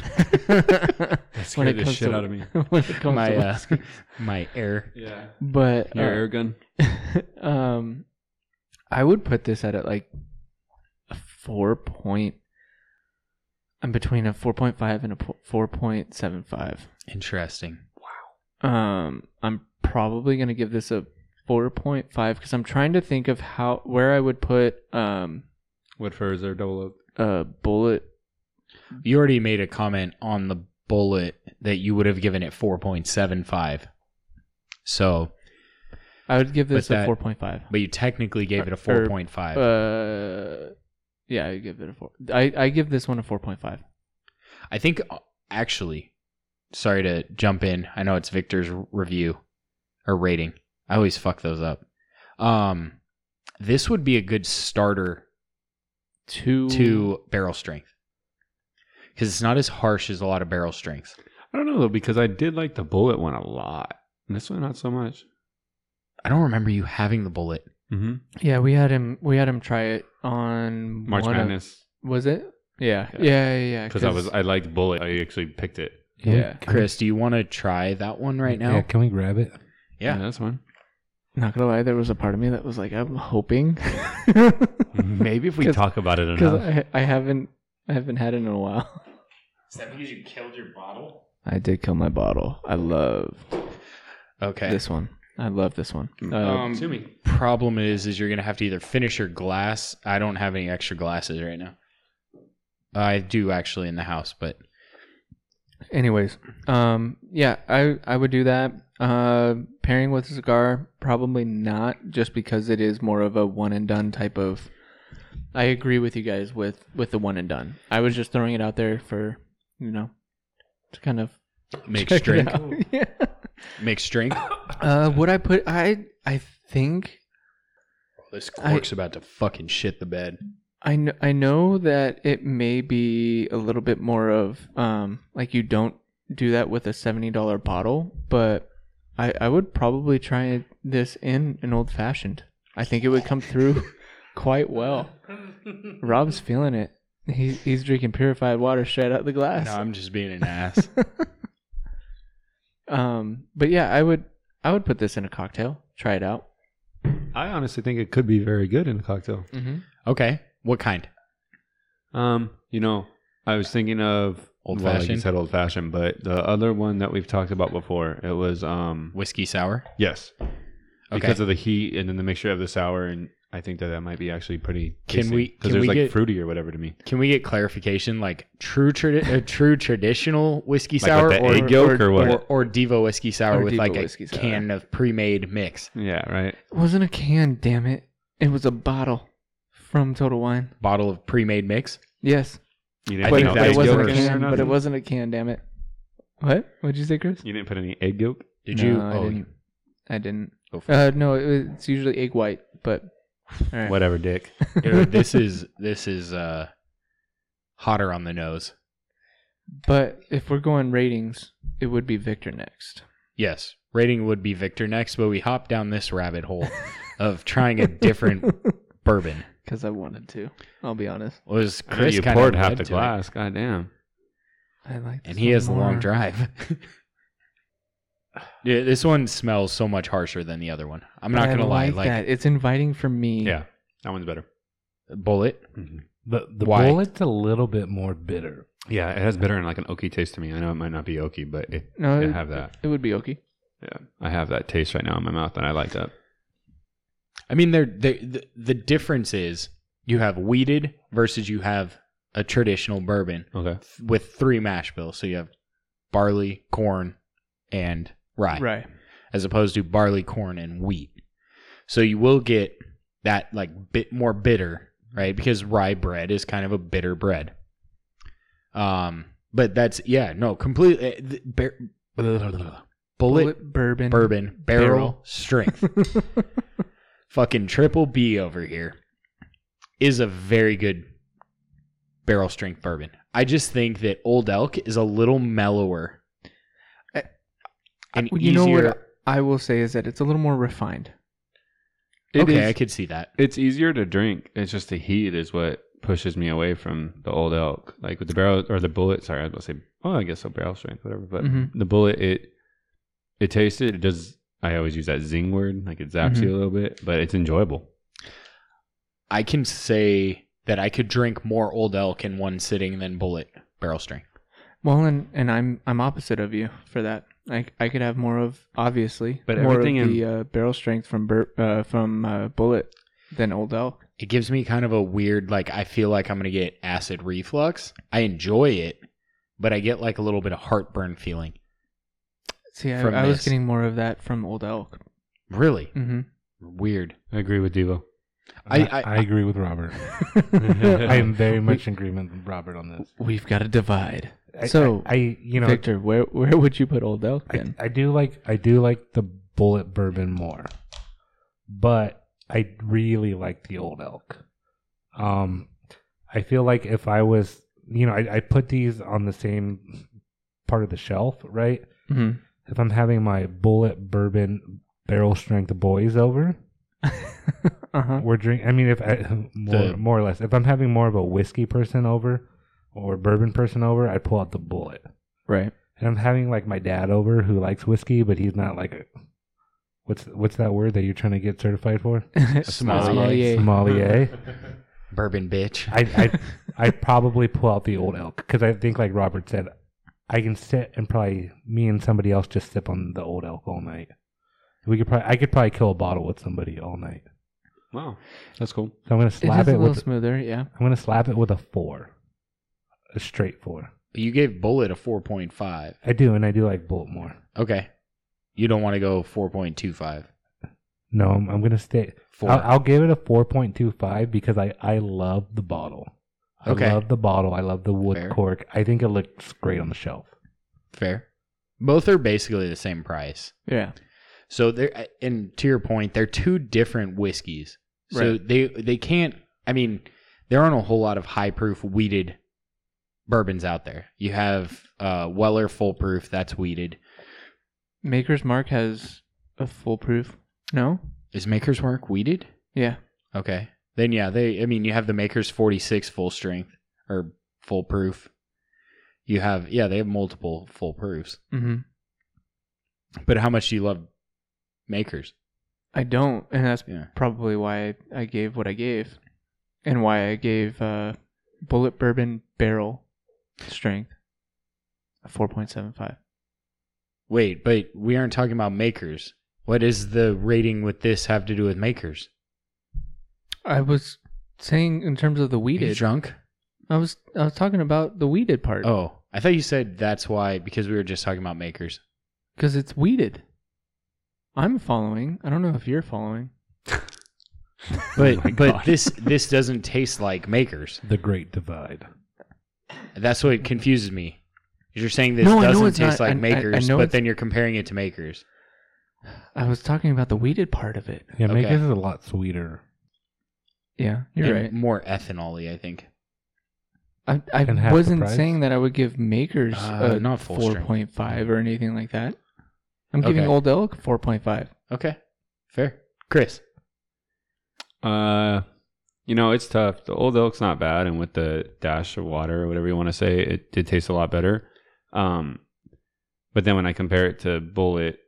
C: That
A: When it
C: scared the
A: comes
C: shit
A: to-
C: out
A: [LAUGHS]
C: of me.
A: when it comes
B: My
A: to
B: uh, [LAUGHS]
A: whiskey.
B: my air.
C: Yeah.
A: but
C: Your
A: uh,
C: air gun.
A: [LAUGHS] um, I would put this at a, like a four point. I'm between a four point five and a four point seven five.
B: Interesting.
A: Um, I'm probably gonna give this a four point five because I'm trying to think of how where I would put um
C: What for is there double oak?
A: a bullet.
B: You already made a comment on the bullet that you would have given it 4.75. So,
A: I would give
B: But
A: this
B: that-
A: a four point five.
B: but you technically gave it a
A: Or-
B: 4.5.
A: Uh, yeah, I give it a four. I I give this one a four point five.
B: I think uh, actually, sorry to jump in. I know it's Victor's r- review or rating. I always fuck those up. Um, this would be a good starter
A: Two
B: to barrel strength because it's not as harsh as a lot of barrel strengths.
C: I don't know though, because I did like the bullet one a lot. And this one not so much.
B: I don't remember you having the bullet.
C: Mm-hmm.
A: Yeah, we had him. We had him try it on
C: March
A: one of-
C: Madness.
A: was it? Yeah. Yeah. Yeah. Yeah.
C: because I was I liked Bullet. I actually picked it.
D: Can we-
A: Yeah.
D: can we-
B: Chris, do you want to try that one right now?
D: Yeah, can we grab it?
B: Yeah.
C: that's one.
A: not gonna lie, there was a part of me that was like, I'm hoping,
C: [LAUGHS] Maybe if
A: [LAUGHS]
C: we
A: 'Cause-
C: talk about it
A: because
C: enough.
A: I, I haven't I haven't had it in a while.
B: Is that because you killed your bottle?
A: I did kill my bottle. I love
B: Okay.
A: this one. I love this one.
C: Mm.
A: Uh,
B: um,
C: to me.
B: Problem is, is you're gonna have to either finish your glass. I don't have any extra glasses right now. I do actually in the house, but
A: anyways, um, yeah, I I would do that. Uh, pairing with a cigar, probably not, just because it is more of a one and done type of. I agree with you guys with with the one and done. I was just throwing it out there for you know to kind of
B: mixed
A: check it
B: drink,
A: out. [LAUGHS] yeah.
B: mixed drink.
A: Uh, would I put I I think
B: This
A: I-
B: cork's about to fucking shit the bed.
A: I know, I know that it may be a little bit more of um like you don't do that with a seventy dollar bottle, but I I would probably try this in an old fashioned. I think it would come through [LAUGHS] quite well. Rob's feeling it. He, he's drinking purified water straight out the glass.
B: No, I'm just being an ass.
A: Um, but yeah, I would I would put this in a cocktail. Try it out.
C: I honestly think it could be very good in a cocktail.
A: Mm-hmm.
B: okay, what kind?
C: Um, you know, I was thinking of
B: Old
C: well, Like you
B: fashioned?
C: said old fashioned, but the other one that we've talked about before, it was um
B: Whiskey sour.
C: yes,
B: Okay.
C: because of the heat and then the mixture of the sour, and I think that that might be actually pretty.
B: Can we-
C: Because
B: can
C: it was
B: we
C: like
B: get-
C: fruity or whatever to me.
B: Can we get clarification? Like true, tradi- uh, true traditional whiskey
C: Like
B: sour,
C: with the
B: or,
C: egg yolk or what?
B: or or Devo whiskey sour
A: Or
B: with
A: Devo
B: like a
A: whiskey sour.
B: can of pre-made mix
C: Yeah, right.
A: It wasn't a can, damn it. It was a bottle from Total Wine.
B: bottle of pre-made mix.
A: Yes.
C: You
B: I
C: didn't
A: But
C: put
A: it,
B: think
A: but it
C: no egg
A: wasn't a
C: yolk
B: yours.
C: in or
A: can, but it
C: nothing?
A: wasn't a can, damn it. What? What'd you say, Chris?
C: You didn't put any egg yolk.
B: Did
A: No,
B: you?
A: I
B: oh,
A: didn't. I didn't.
B: Go for
A: Uh, no, it was- it's usually egg white, but all
B: Eh.
A: right.
C: Whatever, Dick.
B: Dude, this is this is uh hotter on the nose.
A: But if we're going ratings, it would be Victor
B: [LAUGHS]
A: next.
B: Yes, rating would be Victor next, but we hopped down this rabbit
C: [LAUGHS]
B: hole of trying a different bourbon.
A: Because I wanted to. I'll be honest.
B: Was
C: I
B: [LAUGHS]
C: know
B: Chris
C: you
B: kind
C: poured
B: of
C: half the glass. God damn.
A: I like this
B: and he
A: one
B: has a long
A: more.
B: drive. [LAUGHS] Dude, this one smells so much harsher than the other one. I'm not
A: I
B: gonna lie,
A: like
B: like
A: that. It's inviting for me.
C: Yeah, that one's better.
B: bullet.
D: The the
B: Why?
D: bullet's a little bit more bitter.
C: Yeah, it has bitter and like an oaky taste to me. I know it might not be oaky, but it,
A: No,
C: I
B: Uh,
A: it,
C: have that.
A: it would be okay.
C: Yeah, I have that taste right now in my mouth, and I like that.
B: I mean, they're, they the, the difference is you have weeded versus you have a traditional bourbon
C: Okay.
B: with three mash bills. So you have barley, corn, and rye.
A: Right.
B: as opposed to barley, corn, and wheat. So you will get that like bit more bitter, right? Because rye bread is kind of a bitter bread. Um, but that's yeah, no, completely uh, th- bar- bullet,
A: Bullet bourbon.
B: bourbon barrel,
A: barrel.
B: strength. Fucking triple B over here is a very good barrel strength bourbon. I just think that Old Elk is a little mellower.
A: I-
B: and
A: Well, Uh, you know
B: easier
A: what [LAUGHS] I will say is that it's a little more refined.
C: It
B: okay,
C: is-
B: I could see that.
C: It's easier to drink. It's just the heat is what pushes me away from the old elk. Like with the barrel or the bullet. Sorry, I was gonna say. Oh, I guess a barrel strength, whatever. But
A: Mhm.
C: the bullet, it it tasted. It does. I always use that zing word. Like it zaps you a little bit, but it's enjoyable.
B: I can say that I could drink more Old Elk in one sitting than Bullet Barrel Strength.
A: Well, and and I'm I'm opposite of you for that. I, I could have more of obviously,
C: But
A: more of
C: everything in-
A: the uh, barrel strength from bur- uh, from uh, bullet than old elk.
B: It gives me kind of a weird, like I feel like I'm gonna get acid reflux. I enjoy it, but I get like a little bit of heartburn feeling.
A: See, I,
B: From
A: I was
B: this.
A: getting more of that from old elk.
B: Really
A: hmm
B: weird.
C: I agree with Devo.
B: I-
D: I,
B: I-
D: I, agree
B: [LAUGHS]
D: with Robert. I am very much in agreement with Robert on this.
A: [LAUGHS] We've got a divide.
D: I,
A: So,
D: I, I you know
A: Victor, where where would you put old elk
D: I,
A: then?
D: I do like I do like the bullet bourbon more, but I really like the old elk. Um, I feel like if I was, you know, I, I put these on the same part of the shelf, right?
A: Mhm.
D: If I'm having my bullet bourbon barrel strength boys over,
A: uh-huh.
D: we're drinking. I [LAUGHS] mean, if I, more
B: The-
D: more or less, if I'm having more of a whiskey person over, or bourbon person over, I pull out the bullet.
A: [LAUGHS] Right.
D: And I'm having like my dad over who likes whiskey, but he's not like a what's what's that word that you're trying to get certified for?
A: Sommelier.
B: Sommelier.
D: Sommelier.
B: Bourbon bitch.
D: I I I probably pull out the old elk because I think like Robert said, I can sit and probably me and somebody else just sip on the old elk all night. We could probably I could probably kill a bottle with somebody all night.
C: Wow, that's cool.
D: So I'm gonna
A: It
D: slap
A: is a
D: it,
A: little
D: with
A: smoother, yeah.
D: I'm gonna slap it with a four, a straight four.
B: you gave Bullet a 4.5.
D: I do, and I do like bullet more.
B: Okay. You don't want to go 4.25.
D: No, I'm, I'm gonna stay.
B: Four.
D: I'll, I'll give it a four point two five because I I love the bottle. I
B: Okay.
D: love the bottle. I love the wood
B: Fair.
D: cork. I think it looks great on the shelf.
B: Fair. Both are basically the same price.
A: Yeah.
B: So they're and to your point, they're two different whiskeys. So
A: Right.
B: they they can't. I mean, there aren't a whole lot of high proof weeded bourbons out there. You have uh, Weller full proof that's weeded.
A: Maker's Mark has a foolproof. No?
B: Is Maker's Mark weeded?
A: Yeah.
B: Okay, then yeah, they. I mean, you have the Maker's forty six full strength or full proof. You have yeah, they have multiple full proofs.
A: Mm-hmm.
B: But how much do you love Maker's?
A: I don't, and that's
B: Yeah.
A: probably why I gave what I gave, and why I gave uh, Bullet Bourbon Barrel Strength a four point seven five.
B: Wait, but we aren't talking about makers. What does the rating with this have to do with makers?
A: I was saying in terms of the
B: Are you
A: weeded.
B: drunk?
A: I was I was talking about the weeded part
B: Oh, I thought you said that's why because we were just talking about makers.
A: because it's weeded. I'm following. I don't know if you're following.
B: But
D: my
B: but
D: God.
B: this this doesn't taste like makers.
D: The Great Divide.
B: That's what confuses me. Is You're saying this
A: No, I know
B: doesn't
A: it's
B: taste
A: not- I-
B: like
A: I- I
B: makers,
A: know
B: but
A: it's-
B: then you're comparing it to makers.
A: I was talking about the weeded part of it.
D: Yeah,
B: Okay.
D: Maker's is a lot sweeter.
A: Yeah, you're
B: And
A: right.
B: More ethanol-y, I think.
A: I, I
D: And half the
A: wasn't
D: price?
A: saying that I would give Makers
B: Uh,
A: a
B: not full strength.
A: 4.5 or anything like that. I'm giving
B: Okay.
A: Old Elk 4.5.
B: Okay, fair. Chris,
C: Uh, you know, it's tough. The old elk's not bad, and with the dash of water or whatever you want to say, it did taste a lot better. Um, but then when I compare it to Bullet,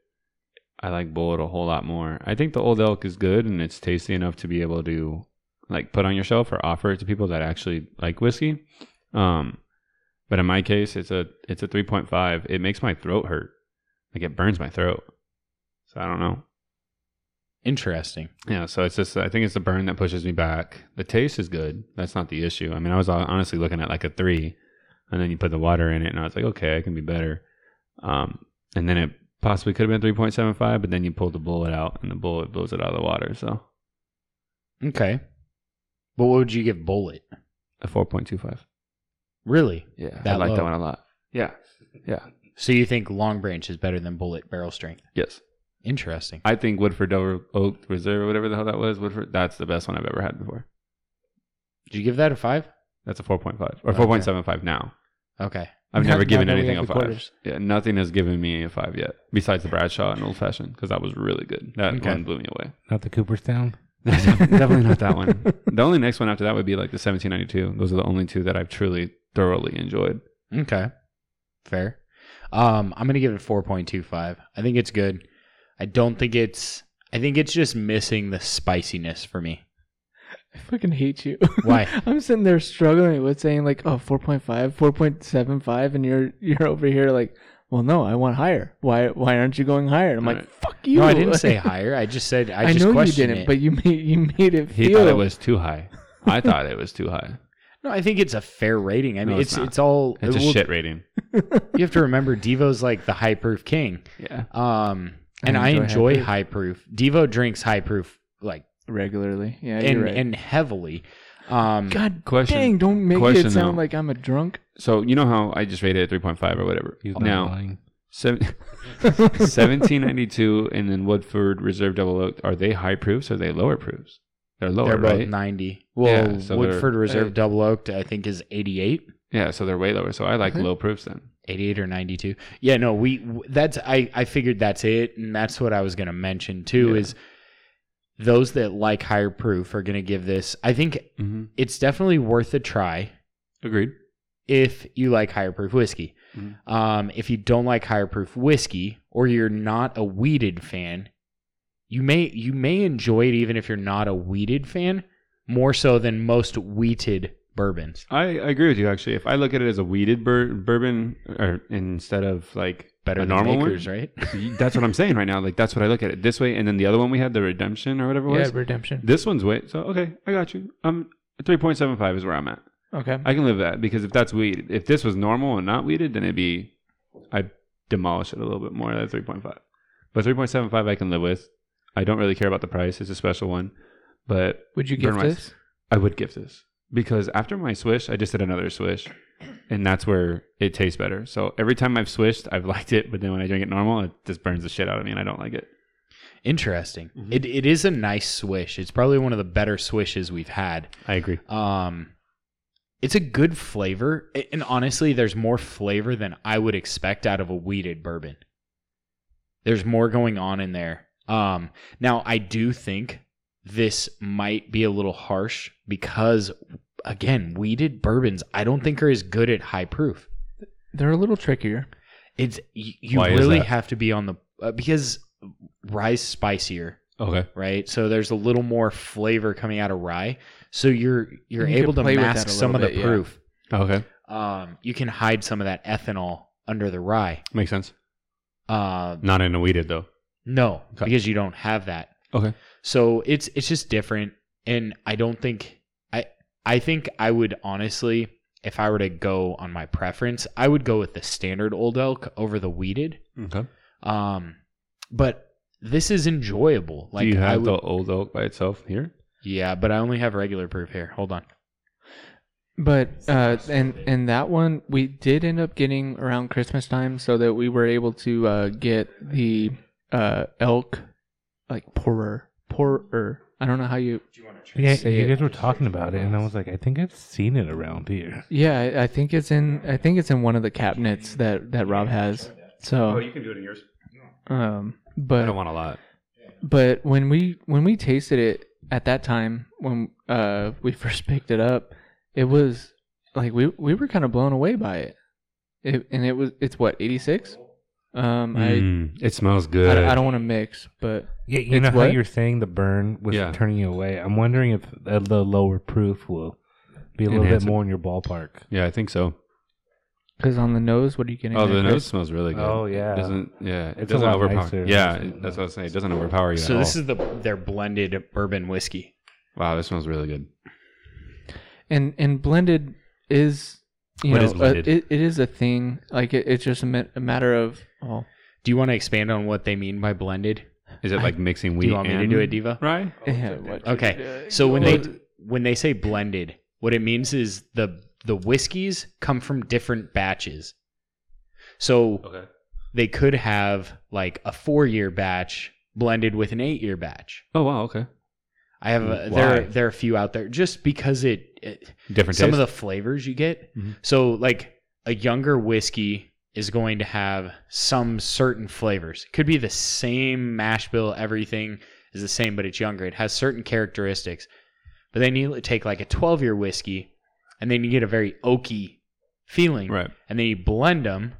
C: I like Bullet a whole lot more. I think the old elk is good and it's tasty enough to be able to like put on your shelf or offer it to people that actually like whiskey. Um, but in my case, it's a it's a three point five. It makes my throat hurt, like it burns my throat. So I don't know.
B: interesting.
C: Yeah, so it's just I think it's the burn that pushes me back. The taste is good. That's not the issue. I mean, I was hon- honestly looking at like a three, and then you put the water in it, and I was like, okay, I can be better. Um, and then it possibly could have been three point seven five, but then you pull the bullet out, and the bullet blows it out of the water. So
B: Okay, but what would you give Bullet?
C: a four point two five.
B: Really?
C: Yeah, I
B: That
C: like
B: low.
C: that one a lot. Yeah, yeah,
B: So you think Long Branch is better than Bullet barrel strength?
C: yes.
B: Interesting.
C: I think Woodford Dover Oak Reserve, or whatever the hell that was, Woodford. That's the best one I've ever had before.
B: Did you give that a five?
C: That's a four point five or
B: Okay.
C: four point seven five now.
B: Okay.
C: I've
B: Not-
C: never given
B: not that we
C: anything
B: have
C: a
B: the
C: five.
B: quarters.
C: Yeah, nothing has given me a five yet, besides the Bradshaw and Old Fashioned, because that was really good. That
B: Okay.
C: one blew me away.
D: Not
B: [LAUGHS]
D: the Cooperstown.
C: Definitely not that one. [LAUGHS] The only next one after that would be like the 1792. Those are the only two that I've truly thoroughly enjoyed.
B: Okay. Fair. Um, I'm gonna give it four point two five. I think it's good. I don't think it's I think it's just missing the spiciness for me.
A: I fucking hate you. [LAUGHS]
B: Why?
A: I'm sitting there struggling with saying like, oh, 4.5, 4.75, and you're [LAUGHS] you're over here like, well, no, I want higher. Why why aren't you going higher? And I'm like,
C: Right.
A: fuck you.
B: No, I didn't
A: [LAUGHS]
B: say higher. I just said I,
A: I,
B: just
A: know you
B: questioned
A: didn't,
B: it.
A: but you made you made it
C: He
A: feel.
C: thought it was too high. I thought it was too high.
B: no, I think it's a fair rating. I mean,
C: No, it's
B: it's it's,
C: not.
B: all
C: It's a
B: well,
C: shit rating.
B: You have to remember, Devo's like the high proof king.
C: Yeah.
B: Um,
A: I
B: and I
A: enjoy high
B: enjoy,
A: proof.
B: high, proof. Devo drinks high proof like
A: regularly. Yeah,
B: and
A: Oh, you're right.
B: and heavily. Um,
A: God
C: [LAUGHS] Question.
A: dang, don't make
C: Question,
A: it sound
C: though.
A: like I'm a drunk.
C: So you know how I just rated it 3.5 or whatever.
D: He's not
C: now,
D: lying.
C: seven- 1792 and then Woodford Reserve Double Oak. Are they high proofs or are they lower proofs? They're lower,
B: They're both
C: right?
B: 90. Well,
C: Yeah, so they're-
B: Woodford Reserve
A: Hey.
B: Double Oaked, I think, is 88,
C: Yeah, so they're way lower. So I like
A: Mhm.
C: low proofs then.
B: 88 or 92. Yeah, no, we w- that's I I figured that's it, and that's what I was gonna mention too
C: Yeah.
B: is those that like higher proof are gonna give this. I think
C: Mm-hmm.
B: it's definitely worth a try.
C: Agreed.
B: if you like higher proof whiskey.
C: Mhm.
B: Um, if you don't like higher proof whiskey or you're not a weeded fan, you may you may enjoy it even if you're not a weeded fan, more so than most wheated bourbons.
C: I, I agree with you actually. If I look at it as a weeded bur- bourbon, or instead of like
B: Better
C: a
B: than
C: normal
B: makers, right?
C: one, [LAUGHS] that's what I'm saying right now. Like that's what I look at it this way. And then the other one we had, the redemption or whatever it
A: Yeah,
C: was.
A: redemption.
C: This one's way so okay. I got you. I'm three point seven five is where I'm at.
A: Okay.
C: I can live with that because if that's weed, if this was normal and not weeded, then it'd be I demolish it a little bit more. That's three point five, but three point seven five I can live with. I don't really care about the price. It's a special one, but
A: Would you
C: Burn
A: give
C: rice.
A: this?
C: I would give this because after my swish, I just did another swish, and that's where it tastes better. So every time I've swished, I've liked it, but then when I drink it normal, it just burns the shit out of me, and I don't like it.
B: Interesting.
C: Mhm.
B: It it is a nice swish. It's probably one of the better swishes we've had.
C: I agree.
B: Um, it's a good flavor, A- and honestly, there's more flavor than I would expect out of a weeded bourbon. There's more going on in there. Um, now I do think this might be a little harsh because, again, weeded bourbons I don't think are as good at high proof.
A: They're a little trickier.
B: It's you, you
C: Why is
B: really
C: that?
B: have to be on the uh, because rye's spicier
C: Okay,
B: right? So there's a little more flavor coming out of rye. So you're you're
A: You can
B: able to
A: play with that
B: mask
A: a
B: some of
A: little
B: the
A: bit, yeah.
B: proof.
C: okay,
B: Um, you can hide some of that ethanol under the rye.
C: makes sense.
B: Uh,
C: Not in a weeded though.
B: no,
C: Okay.
B: because you don't have that.
C: Okay.
B: So it's it's just different, and I don't think I I think I would honestly, if I were to go on my preference, I would go with the standard old elk over the weeded.
C: Okay.
B: Um, but this is enjoyable. Like
C: Do you
B: I
C: have
B: would,
C: the old oak by itself here?
B: yeah, but I only have regular proof here. Hold on.
A: But uh, and and that one we did end up getting around Christmas time, so that we were able to uh, get the uh, elk like poorer, poorer. I don't know how you.
D: Yeah,
A: Say
D: you
A: it.
D: guys were talking about it, and I was like, I think I've seen it around here.
A: Yeah, I, I think it's in. I think it's in one of the cabinets that that Rob has. So,
C: Oh, can do it in yours.
A: um,
C: I
A: but
C: don't want a lot.
A: but when we when we tasted it at that time when uh we [LAUGHS] first picked it up it was like we we were kind of blown away by it, it and it was it's what 86 um
C: it smells
A: I,
C: Mm, good.
A: I i don't want to mix but
D: Yeah, you
A: It's
D: know how
A: what?
D: you're saying the burn was
C: Yeah.
D: turning you away. I'm wondering if uh, the lower proof will be a little
C: Enhance
D: bit
C: it.
D: more in your ballpark.
C: yeah, I think so.
A: because on the nose what are you getting
C: Oh,
A: there,
C: the
A: Chris?
C: nose smells really good.
D: Oh, yeah.
C: It doesn't yeah. It
D: It's a
C: doesn't
D: lot
C: overpower.
D: nicer.
C: Yeah, it- that's what I was saying. It doesn't overpower you.
B: So
C: at
B: this
C: all.
B: is the their blended bourbon whiskey.
C: wow. This smells really good.
A: and and blended is you
C: What
A: know
C: is blended?
A: A, it, it is a thing like it, it's just a, ma- a matter of oh
B: Do you want to expand on what they mean by blended?
C: Is it like mixing wheat?
B: do you want me to
C: and-
B: do it, Diva?
C: Right.
A: yeah, what-
B: Okay. So when they when they say blended, what it means is the the whiskeys come from different batches. So
C: Okay.
B: they could have like a four year batch blended with an eight year batch.
C: Oh wow. Okay.
B: I have a,
C: Why?
B: there there are a few out there just because it, it
C: Different
B: some of
C: taste?
B: the flavors you get.
C: Mhm.
B: So like a younger whiskey is going to have some certain flavors. Could be the same mash bill, everything is the same, but it's younger. It has certain characteristics. But then you take like a 12 year whiskey and then you get a very oaky feeling.
C: right.
B: And then you blend them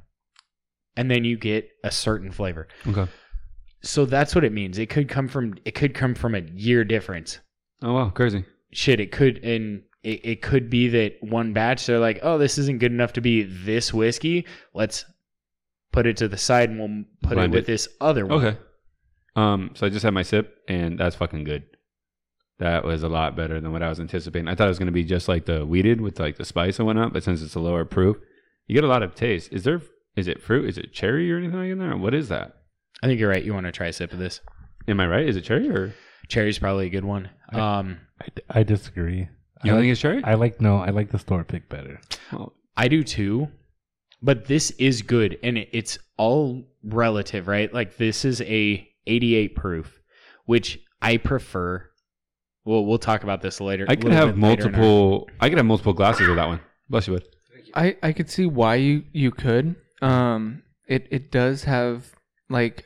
B: and then you get a certain flavor.
C: Okay.
B: So that's what it means. It could come from it could come from a year difference
C: Oh wow. Crazy.
B: shit, it could and it, it could be that one batch they're like, oh, this isn't good enough to be this whiskey. Let's put it to the side and we'll put
C: Blend
B: it with
C: it.
B: this other one.
C: Okay. Um. So I just had my sip, and that's fucking good. That was a lot better than what I was anticipating. I thought it was going to be just like the weeded with like the spice and whatnot, but since it's a lower proof, you get a lot of taste. Is there? Is it fruit? Is it cherry or anything like in there? What is that?
B: I think you're right. You want to try a sip of this.
C: Am I right? Is it cherry or?
B: Cherry's probably a good one. Um,
D: I, d- I disagree.
C: You
D: I,
C: don't
D: like,
C: think it's cherry?
D: I like no, I like the store pick better.
B: I do too, but this is good and it, it's all relative, right? Like this is a 88 proof, which I prefer. Well, we'll talk about this later.
C: I
B: a
C: could
B: little
C: have
B: bit later in our-
C: multiple. I could have multiple glasses of that one. Bless you, would.
A: I I could see why you you could. Um, it it does have like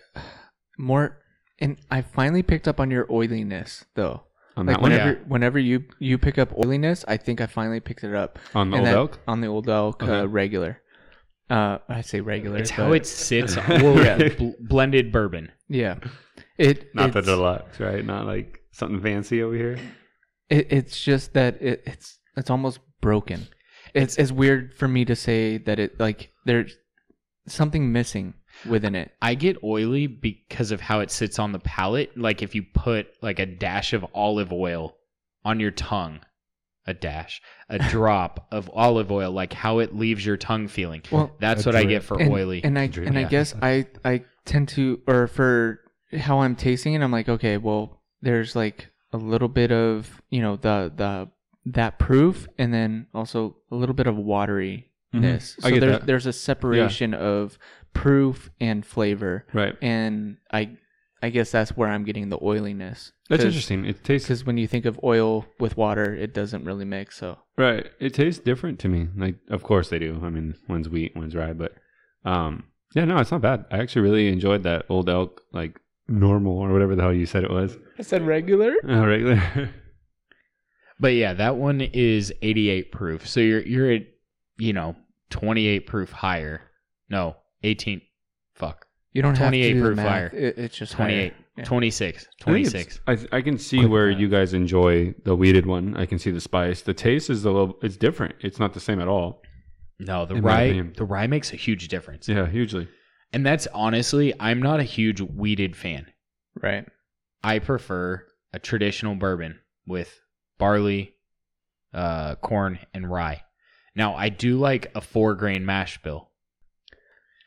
A: more, and I finally picked up on your oiliness though.
C: on
A: Like
C: that one.
A: whenever whenever you you pick up oiliness, I think I finally picked it up
C: On
A: And
C: Old
A: that-
C: Elk.
A: on the old elk uh,
C: Okay.
A: regular. Uh, I say
C: [LAUGHS]
A: regular.
B: It's how
A: but-
B: it sits well,
A: Yeah.
B: bl- blended bourbon.
A: Yeah. It
C: Not the
A: it's,
C: deluxe, right? Not like something fancy over here.
A: it, it's just that it, it's it's almost broken. It's it's weird for me to say that it like there's something missing within it.
B: I get oily because of how it sits on the palate. Like if you put like a dash of olive oil on your tongue, a dash,
A: [LAUGHS]
B: a drop of olive oil, like how it leaves your tongue feeling.
A: Well,
B: That's
D: A
B: what I
D: drip.
B: get for
A: and,
B: oily.
A: and I
D: Dream,
A: and I
D: yeah.
A: guess I I tend to or for how I'm tasting it, I'm like, okay, well, there's like a little bit of you know the the that proof, and then also a little bit of wateriness.
C: Mm-hmm. I
A: So
C: get
A: there's
C: that.
A: there's a separation of proof and flavor,
C: Right.
A: and I I guess that's where I'm getting the oiliness.
C: That's interesting. It tastes
A: because when you think of oil with water, it doesn't really mix. So
C: Right. It tastes different to me. Like of course they do. I mean, one's wheat, one's rye, but um yeah, no, it's not bad. I actually really enjoyed that old elk like normal or whatever the hell you said it was. [LAUGHS]
A: I said regular.
C: Uh, regular.
B: But yeah, that one is 88 proof. So you're you're at you know 28 proof higher. No, 18. Fuck.
A: You don't have to
B: 28
A: do the
B: proof
A: math.
B: fire.
A: It, it's just
B: 28.
A: higher. Yeah.
B: 26.
C: I think it's-
B: 26.
C: I, th- I can see
D: Quick
C: where
D: math.
C: you guys enjoy the weeded one. I can see the spice. The taste is a little it's different. It's not the same at all.
B: No, the
C: In my
B: rye
C: opinion.
B: the rye makes a huge difference.
C: Yeah, hugely.
B: And that's honestly, I'm not a huge weeded fan.
A: Right.
B: I prefer a traditional bourbon with barley, uh, corn, and rye. Now, I do like a four grain mash bill.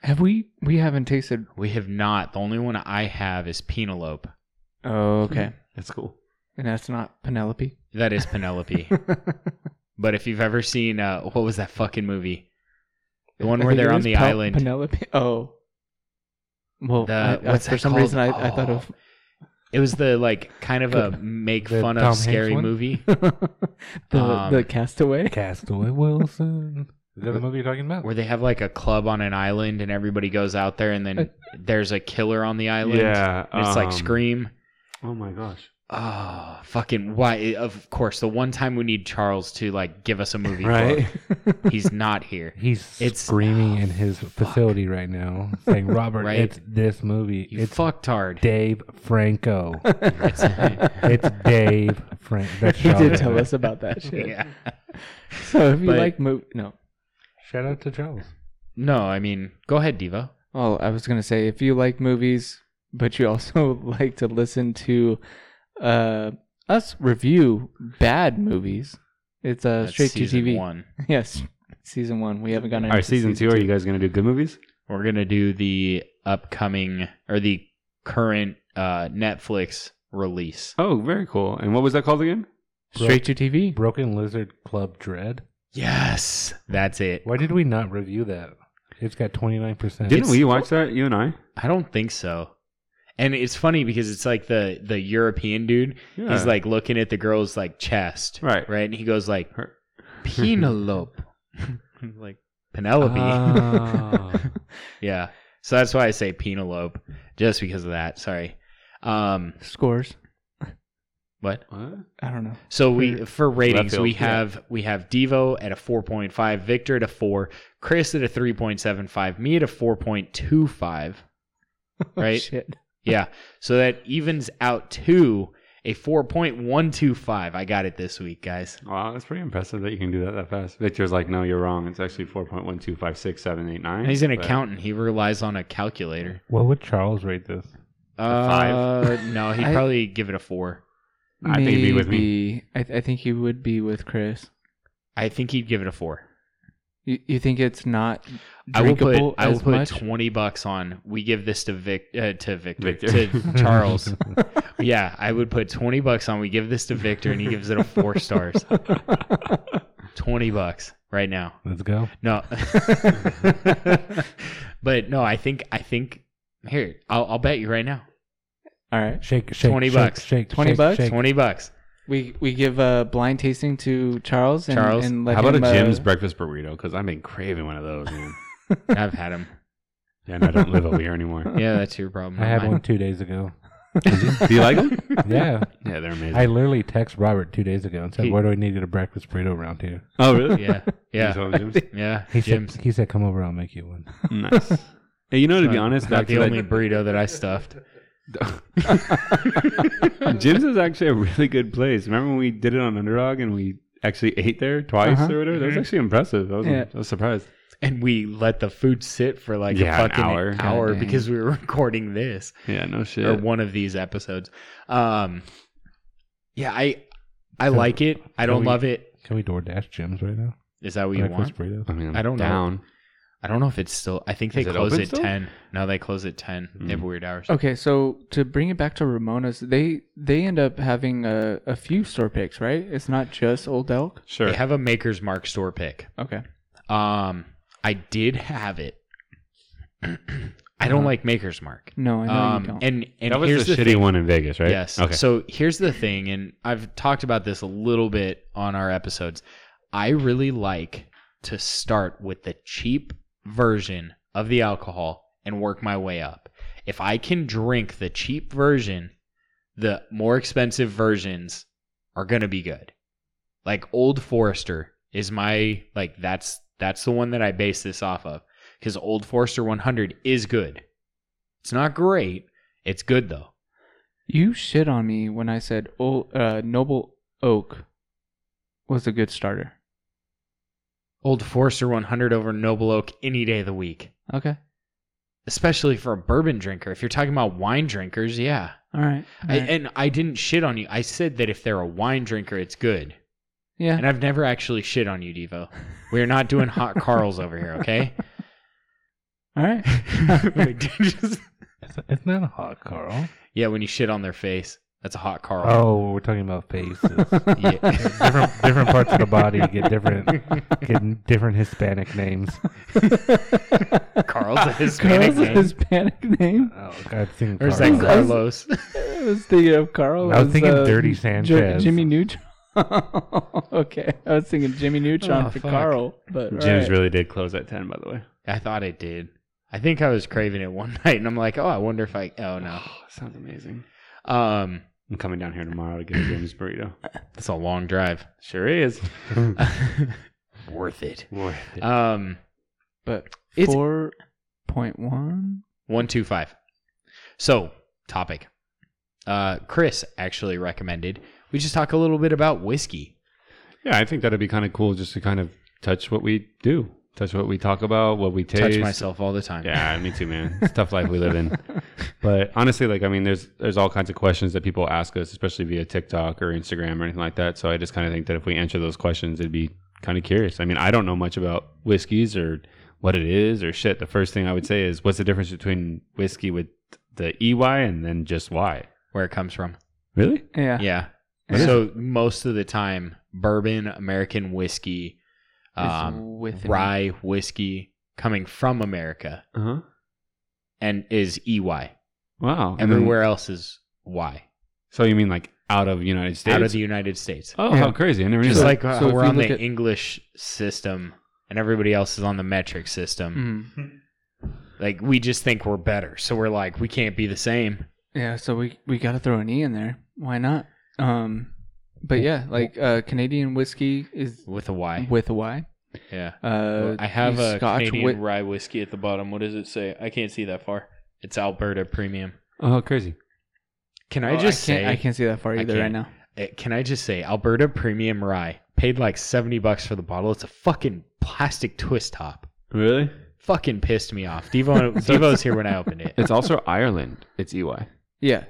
A: Have we? We haven't tasted.
B: We have not. The only one I have is Penelope.
A: Oh, okay.
C: That's cool.
A: And that's not Penelope.
B: [LAUGHS] That is
D: [LAUGHS]
B: Penelope.
A: [LAUGHS] the
B: but if you've ever seen, uh, what was that fucking movie? The one where they're on the island.
A: Penelope. [LAUGHS] Oh. Well,
B: The-
A: I- I-
B: what's
A: for
B: that
A: some
B: called?
A: reason I, I thought of
B: It was the like kind of
D: [LAUGHS]
B: a make
D: The
B: fun
D: Tom
B: of
D: Hanks
B: scary
D: one? [LAUGHS]
B: movie.
A: [LAUGHS] the
B: Oh. Um,
A: the
B: [LAUGHS]
A: Castaway.
D: Castaway Wilson. Is that the movie you're talking about?
B: where they have like a club on an island and everybody goes out there and
D: [LAUGHS]
B: then there's a killer on the island.
C: Yeah.
B: And it's
C: um,
B: like Scream.
C: Oh my gosh.
B: Oh, fucking why? Of course, the one time we need Charles to like give us
A: [LAUGHS]
B: a movie,
C: Right.
B: quote, he's not here.
D: He's
B: It's-
D: screaming
B: oh,
D: in his
B: fuck.
D: facility right now, saying, "Robert,
B: Right.
D: it's this movie.
B: You
D: it's
B: fucktard.
D: Dave Franco.
B: It's-
A: [LAUGHS]
D: it's Dave Franco." That's
A: he did
D: Charles.
A: tell us about
B: [LAUGHS]
A: that shit.
B: yeah.
A: So if you
B: But-
A: like move, no.
D: Shout out to Charles.
B: No, I mean, go ahead, Diva.
A: Oh, I was gonna say if you like movies, but you also [LAUGHS] like to listen to uh, us review bad movies. It's uh,
B: That's
A: straight to
B: season
A: TV.
B: One.
A: Yes, season one. We haven't gone
C: All
A: into
C: right, season two. Are you guys gonna do good movies?
B: We're gonna do the upcoming or the current uh, Netflix release.
C: Oh, very cool. And what was that called again?
A: Straight to
C: [LAUGHS]
A: TV.
D: Broken Lizard Club Dread.
B: Yes, that's it.
D: Why did we not review that? It's got twenty nine percent.
C: Didn't we watch that? You and I.
B: I don't think so. And it's funny because it's like the the European dude.
C: Yeah.
B: He's like looking at the girl's like chest,
C: Right.
B: Right, and he goes like
C: Her- [LAUGHS]
B: Penelope, [LAUGHS] like Penelope.
C: Uh-huh.
D: Ah.
A: [LAUGHS]
B: yeah. So that's why I say Penelope, just because of that. Sorry. Um,
A: Scores.
B: what?
C: What?
A: I don't know. [LAUGHS]
B: So we for ratings
C: Left
B: we
C: field, yeah.
B: have we have Devo at a 4.5, Victor at a 4, Chris at a 3.75, me at a 4.25. Right?
A: Shit.
B: Yeah. So that evens out to a 4.125. I got it this week, guys.
C: Wow, that's pretty impressive that you can do that that fast. Victor's like, no, you're wrong. It's actually four point one two five six seven eight nine.
B: And he's an accountant. He relies on a calculator.
D: What would Charles rate this?
B: Uh,
C: five.
B: no, he'd
A: I-
B: probably give it a 4.
C: I think he'd be with me.
A: Maybe. I, th- I think he would be with Chris.
B: I think he'd give it a 4.
A: You, you think it's not
B: I will put
A: drinkable
B: I will
A: as
B: put
A: much?
B: 20 bucks on we give this to Vic uh, to Victor,
C: Victor.
D: [LAUGHS]
B: to Charles. yeah, I would put 20 bucks on we give this to Victor and he gives it a 4 stars. 20 bucks right now.
D: Let's go.
B: No. but no, I think I think here, I'll I'll bet you right now.
A: All right.
D: Shake, shake,
B: 20
D: shake,
B: bucks.
D: Shake,
A: 20
D: shake,
A: bucks?
D: shake.
B: 20 bucks.
A: We we give a blind tasting to Charles and,
B: Charles,
A: and let
C: How about
A: him,
C: a Jim's
A: uh,
C: breakfast burrito? Because I've been craving one of
B: [LAUGHS]
C: those, man.
B: I've had them.
C: yeah, and I don't live over here anymore.
B: Yeah, that's your problem.
D: I had
B: Mine. [LAUGHS]
D: one two days ago.
C: Do you like them?
D: Yeah.
C: Yeah, they're amazing.
D: I literally texted Robert two days ago and said,
B: He-
D: "Where do I need to get a breakfast burrito around here?"
C: oh, really?
B: Yeah. Yeah.
C: Yeah.
B: [LAUGHS] Yeah.
D: He
B: Jim's
D: said, "He said, come over, I'll make you
B: [LAUGHS]
D: one."
C: nice. Hey, you know, to be honest,
B: not
C: back
B: the
C: to
B: only
C: that,
B: burrito that I stuffed.
C: [LAUGHS] Jim's is actually a really good place. Remember when we did it on Underdog and we actually ate there twice
A: Uh-huh.
C: or whatever? That was
B: Mhm.
C: actually impressive. I was,
A: Yeah.
C: I was surprised.
B: and we let the food sit for like
C: Yeah,
B: a
C: an
B: fucking hour,
C: hour.
A: God dang.
B: because we were [LAUGHS] recording this
C: Yeah, no shit.
B: or one of these episodes. Um, yeah, I I like it. I
D: so
B: don't
D: we-
B: love it.
D: Can we DoorDash Jim's right now?
B: Is that what you want?
D: breakfast burritos.
C: I mean, I'm
B: I don't know.
C: down.
B: I don't know if it's still. I think they
C: Is it
B: close
C: open
B: at
C: still? Hmm.
B: ten. No, they close at ten. They have weird hours.
A: Okay, so to bring it back to Ramona's, they they end up having a, a few store picks, right? It's not just Old Elk.
C: Sure.
B: They have a Maker's Mark store pick.
A: Okay.
B: Um, I did have it. [CLEARS THROAT] I
C: Uh-huh.
B: don't like Maker's Mark.
A: No, I know
B: Um,
A: you don't.
B: and and
C: that was
B: here's
C: the,
B: the
C: shitty
B: thing.
C: one in Vegas, right?
B: Yes.
C: Okay.
B: So here's the thing, and I've talked about this a little bit on our episodes. I really like to start with the cheap version of the alcohol and work my way up. If I can drink the cheap version, the more expensive versions are going to be good. Like Old Forester is my like that's that's the one that I base this off of cuz Old Forester 100 is good. It's not great, it's good though.
A: you shit on me when I said old, uh, Noble Oak was a good starter.
B: Old Forester 100 over Noble Oak any day of the week,
A: Okay.
B: especially for a bourbon drinker. If you're talking about wine drinkers, yeah.
A: All right. All
B: I,
A: right.
B: and I didn't shit on you. I said that if they're a wine drinker, it's good.
A: yeah.
B: And I've never actually shit on you, Devo. We're not
A: [LAUGHS]
B: doing hot Carls over here, okay?
A: All right. [LAUGHS]
B: Just-
D: It's, it's not a hot Carl.
B: yeah, when you shit on their face, that's a hot Carl.
D: Oh, we're talking about
B: [LAUGHS]
D: faces.
A: Oh.
B: Yeah.
D: different different parts of the body get
B: [LAUGHS]
D: different get different Hispanic names.
A: [LAUGHS]
B: Carl's a Hispanic
A: Carl's a
B: name.
A: Hispanic name.
D: Oh, I've seen.
B: or is
D: Carl.
B: that Carlos? [LAUGHS]
A: I was thinking of Carl.
D: I was
A: as,
D: thinking
A: uh,
D: Dirty
A: Jo-
D: Sanchez.
A: Jimmy Neutron. [LAUGHS] okay, I was thinking Jimmy Neutron
B: Oh,
A: for
B: fuck.
A: Carl, but all right.
C: Jim's really did close at 10, by the way.
B: I thought it did. I think I was craving it one [LAUGHS] night, and I'm like, oh, I wonder if I. Oh no.
C: sounds amazing.
B: Um,
C: I'm coming down here tomorrow to get a
B: [LAUGHS]
C: Jim's burrito.
B: it's a long drive.
C: Sure is.
B: Worth it.
C: [LAUGHS] Boy.
B: Um,
A: but
B: It's-
A: four point one.
B: one two five. So topic. Uh, Chris actually recommended we just talk a little bit about whiskey.
C: Yeah, I think that'd be kind of cool just to kind of touch what we do, touch what we talk about, what we taste.
B: Touch myself all the time.
C: Yeah, me too, man. It's a tough life we
B: [LAUGHS]
C: live in. But honestly, like I mean, there's there's all kinds of questions that people ask us, especially via TikTok or Instagram or anything like that. So I just kind of think that if we answer those questions, it'd be kind of curious. I mean, I don't know much about whiskeys or what it is or shit. The first thing I would say is, what's the difference between whiskey with the EY and then just Y?
B: Where it comes from.
C: Really?
A: [LAUGHS] Yeah.
B: Yeah.
A: Yeah.
B: So most of the time, bourbon, American whiskey,
A: It's
B: um,
A: with an-
B: rye whiskey coming from America
C: Uh huh.
B: and is EY.
C: Wow. And then-
B: Everywhere else is Y.
C: so you mean like out of United States?
B: Out of the United States.
C: oh,
A: Yeah.
C: how crazy! I never knew
B: Just
C: that.
B: like
A: So
B: how
A: if
B: we're
A: you
B: on
A: look
B: the
A: at-
B: English system and everybody else is on the metric system,
A: Mm.
B: like we just think we're better. So we're like, we can't be the same.
A: Yeah, so we we got to throw an E in there. Why not? Um, but yeah, like uh, Canadian whiskey is
B: With a Y.
A: with a Y.
B: yeah.
A: Uh,
B: I have a
A: Scotch
B: Canadian
A: whi-
B: rye whiskey at the bottom. What does it say? I can't see that far. It's Alberta Premium.
C: oh, how crazy!
B: Can
A: Oh,
B: I just
A: can't,
B: say?
A: I can't see that far
B: I
A: either right
B: can't.
A: now.
B: eh, Can I just say Alberta Premium Rye paid like seventy bucks for the bottle? It's a fucking plastic twist top.
C: Really?
B: Fucking pissed me off.
A: [LAUGHS]
B: Devo, Devo's here when I opened it. [LAUGHS]
C: It's also Ireland. It's
B: E
C: EY.
A: Yeah,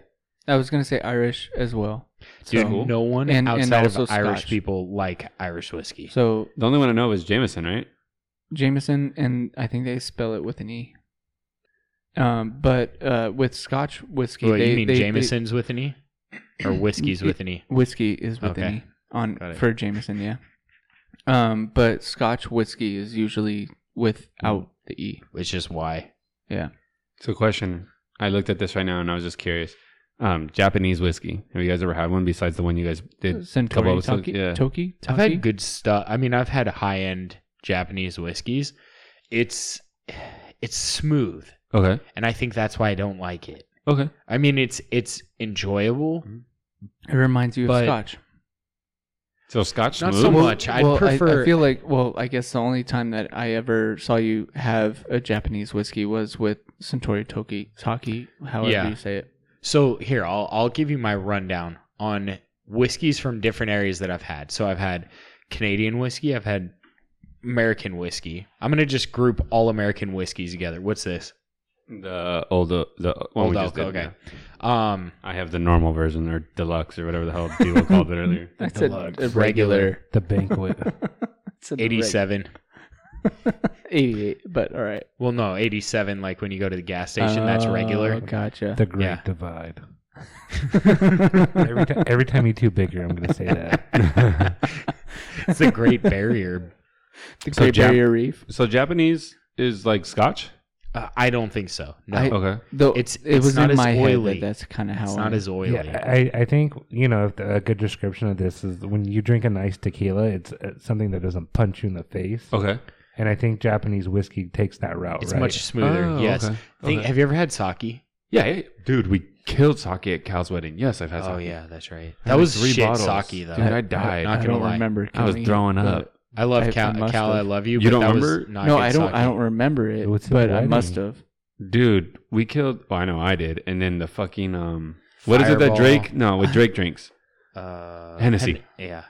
A: I was gonna say Irish as well.
B: Dude,
A: so,
B: no one
A: And- and
B: outside
A: also
B: of Irish
A: Scotch.
B: people like Irish whiskey.
A: So
C: The only one I know is Jameson, right?
A: Jameson, and I think they spell it with an E. Um, but uh, with Scotch whiskey,
B: Wait,
A: they,
B: you mean
A: they- they-
B: Jameson's with an E? [CLEARS THROAT] Or whiskey's with an E?
A: whiskey is with an
B: Okay.
A: E on
B: Got it.
A: for Jameson, yeah. Um, but Scotch whiskey is usually
B: Mm.
A: without the E.
B: It's just Y.
C: So, question. I looked at this right now and I was just curious. Um, Japanese whiskey. Have you guys ever had one besides the one you guys did?
A: Centauri
C: episodes,
A: Toki,
C: yeah.
A: Toki,
B: I've
A: Toki?
B: had good stuff. I mean, I've had high end Japanese whiskeys. It's it's smooth,
C: Okay.
B: and I think that's why I don't like it.
C: Okay.
B: I mean, it's it's enjoyable.
A: It reminds you
B: But-
A: of scotch.
C: So Scotch
B: Not
C: smooth.
B: so much. I'd
A: Well, I-
B: prefer.
A: I, feel like, well, I guess the only time that I ever saw you have a Japanese whiskey was with Centauri Toki, Taki, however
B: Yeah.
A: you say it.
B: So here, I'll I'll give you my rundown on whiskeys from different areas that I've had. So I've had Canadian whiskey, I've had American whiskey. I'm gonna just group all American whiskeys together. What's this?
C: The old the, the one
B: Old
C: we just
B: Elk,
C: did,
B: okay.
C: yeah.
B: Um,
C: I have the normal version or deluxe or whatever the hell
B: [LAUGHS]
C: Dilo called it earlier.
A: I
B: The
A: said
B: Lux.
A: a regular.
D: The banquet.
A: It's a
B: 87.
A: reg- 88, but all right.
B: Well, no, 87. Like when you go to the gas station, that's
A: Oh,
B: regular.
A: Gotcha.
D: the
B: [LAUGHS]
D: Great
B: Yeah.
D: Divide. every, ti- every time you two bigger, I'm going to say that.
B: [LAUGHS] it's a great barrier.
A: The
C: So
A: Great
C: Jap-
A: Barrier Reef.
C: So Japanese is like Scotch.
B: Uh, I don't think so. No,
A: I-
C: Okay.
A: Though
B: It's-
A: it
B: it's
A: was
B: not
A: in
B: as
A: my head
B: oily.
A: that that's kind of how
B: it's not
A: I-
B: as oily.
D: Yeah, I, I think, you know, if the- a good description of this is when you drink a nice tequila, it's uh, something that doesn't punch you in the face.
C: Okay.
D: And I think Japanese whiskey takes that route,
B: it's
D: right?
B: much smoother.
C: Oh,
B: yes.
C: okay,
B: Think,
C: okay.
B: Have you ever had sake?
C: Yeah, yeah, dude, we killed sake at Cal's wedding. Yes, I've had.
B: Oh
C: sake.
B: yeah, that's right.
C: I
B: That
C: had
B: was
C: three
B: shit
C: bottles.
B: sake though.
C: Dude, I died.
B: Not
A: I
B: gonna
A: don't
B: lie.
A: remember.
C: I was
A: killing it,
C: throwing
A: but-
C: up.
B: I love
A: I- I
B: Cal.
A: must
B: Cal, I
A: have.
B: love you. but
C: You don't
B: that was
C: remember?
B: not
A: No,
B: good
A: I don't.
B: sake.
A: I don't remember it,
D: What's the
A: but I
D: wedding?
A: must have.
C: Dude, we killed. Well, I know I did. And then the fucking um, what is it that
B: Fireball.
C: Drake? No, what Drake drinks?
B: Uh,
C: Hennessy.
B: Hen- yeah,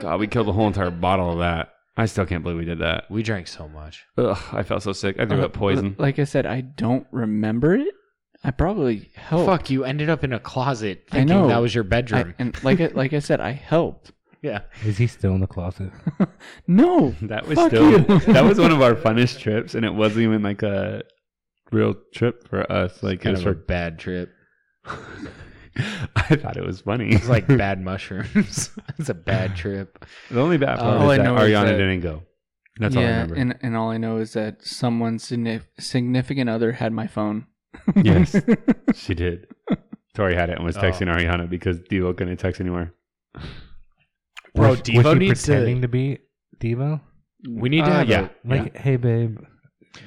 C: God, we killed a whole entire bottle of that. I still can't believe we did that.
B: we drank so much.
C: Ugh, I felt so sick. I threw up poison.
A: [LAUGHS] Like I said, I don't remember it. I probably
C: Oh.
A: helped.
B: Fuck, you ended up in a closet
A: I
B: thinking
A: know.
B: that was your
A: I-
B: bedroom.
A: and like I, like I said, I helped.
B: yeah,
D: Is he still in the closet?
A: No,
C: That was
A: Fuck
C: still
A: you.
C: that was one of our funnest trips, and it wasn't even like a real trip for us. Like it
B: kind
C: was
B: of a
C: for,
B: bad trip.
C: [LAUGHS] I thought it was funny.
B: It's
C: [LAUGHS]
B: like bad mushrooms. [LAUGHS] it's a
C: [SIGHS]
B: bad trip.
C: the only bad part
A: All
C: is
A: Oh, I
C: that
A: know is
C: Ariana
A: that-
C: didn't go. That's all I
A: yeah,
C: remember.
A: and and all I know is that someone signif- significant other had my phone. [LAUGHS]
C: yes, she did. Tori had it and was
B: Oh.
C: texting Ariana because Devo couldn't text anymore.
B: Bro,
D: was,
B: Devo
D: was he
B: needs to-
D: pretending to... be Devo?
B: We need to
C: Uh,
B: have
C: yeah.
B: a,
D: Like, hey, babe.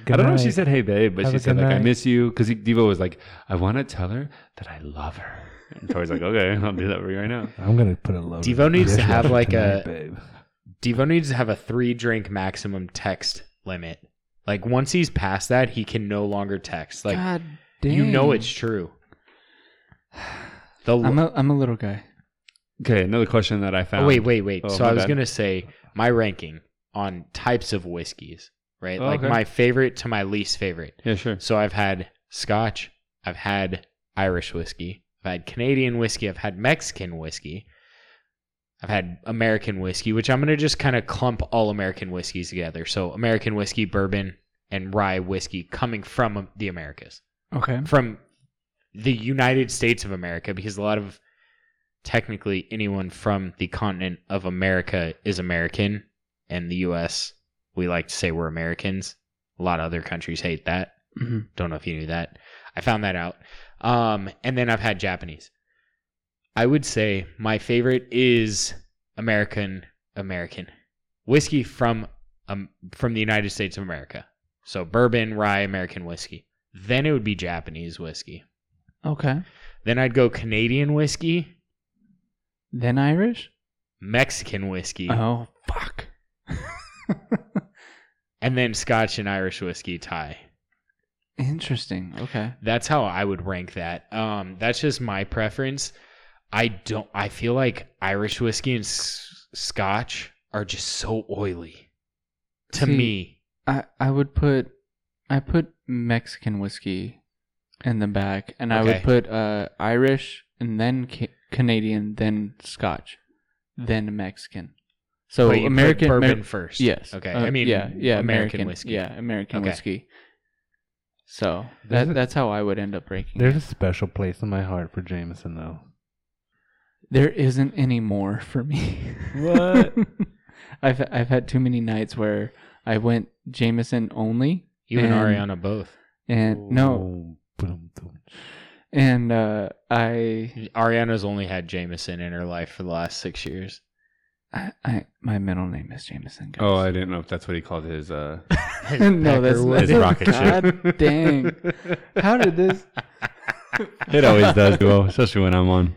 C: I don't know if she
D: goodnight.
C: said "Hey babe," but
D: Have
C: she
D: a
C: said
D: good
C: like "I
D: night.
C: miss you" because Devo was like, "I want to tell her that I love her." And Tori's like, "Okay, I'll do that for you right now."
D: I'm going to put a load.
B: Devo
D: of
B: needs to have,
D: dishwasher
B: like, a-
D: tonight, Babe.
B: Devo needs to have a three drink maximum text limit. Like once he's past that, he can no longer text. Like
A: God damn,
B: you know it's
C: [SIGHS]
B: true. The
A: I'm a I'm a little guy.
C: Okay, another question that I found.
B: Oh, wait, wait, wait.
C: Oh,
B: so
C: my
B: I was
C: bad.
B: gonna say my ranking on types of whiskeys, right?
C: Oh,
B: like
C: okay.
B: my favorite to my least favorite.
C: Yeah, sure.
B: So I've had Scotch, I've had Irish whiskey, I've had Canadian whiskey, I've had Mexican whiskey, I've had American whiskey, which I'm gonna just kind of clump all American whiskeys together. So American whiskey, bourbon, and rye whiskey coming from the Americas
A: Okay,
B: from the United States of America because a lot of technically anyone from the continent of America is American and the US we like to say we're Americans. A lot of other countries hate that.
C: Mm-hmm.
A: Mhm.
B: Don't know if you knew that. I found that out. Um and then I've had Japanese. I would say my favorite is American American whiskey from um, from the United States of America. So bourbon, rye, American whiskey. Then it would be Japanese whiskey.
A: okay.
B: Then I'd go Canadian whiskey,
A: Then Irish.
B: Mexican whiskey,
A: Oh fuck.
B: and then Scotch and Irish whiskey tie.
A: Interesting. Okay.
B: That's how I would rank that. Um, that's just my preference. I don't. I feel like Irish whiskey and s- Scotch are just so oily. To
A: See,
B: me,
A: I I would put I put Mexican whiskey in the back, and I
B: Okay.
A: would put uh, Irish, and then ca- Canadian, then Scotch, then Mexican. So
B: Wait, you put
A: American
B: bourbon
A: Amer-
B: first.
A: yes.
B: Okay.
A: Uh,
B: I mean,
A: yeah, yeah,
B: American, whiskey.
A: Yeah, American
B: Okay.
A: whiskey. So
D: There's
A: that,
D: a-
A: that's how I would end up ranking.
D: There's
A: There,
D: a special place in my heart for Jameson, though.
A: there isn't any more for me.
C: What?
A: [LAUGHS] I've I've had too many nights where I went Jameson only,
B: You and,
A: and-
B: Ariana both.
A: and Uh, no,
D: Oh,
A: and uh, I
B: Ariana's only had Jameson in her life for the last
A: [LAUGHS]
B: six years.
A: I, I my middle name is Jameson. Guys.
C: [LAUGHS] Oh, I didn't know if that's what he called his. uh
A: [LAUGHS] no, that's
B: Peckerwood.
C: His rocket ship.
A: God dang! How did this?
C: [LAUGHS] It always does, duo, especially when I'm on.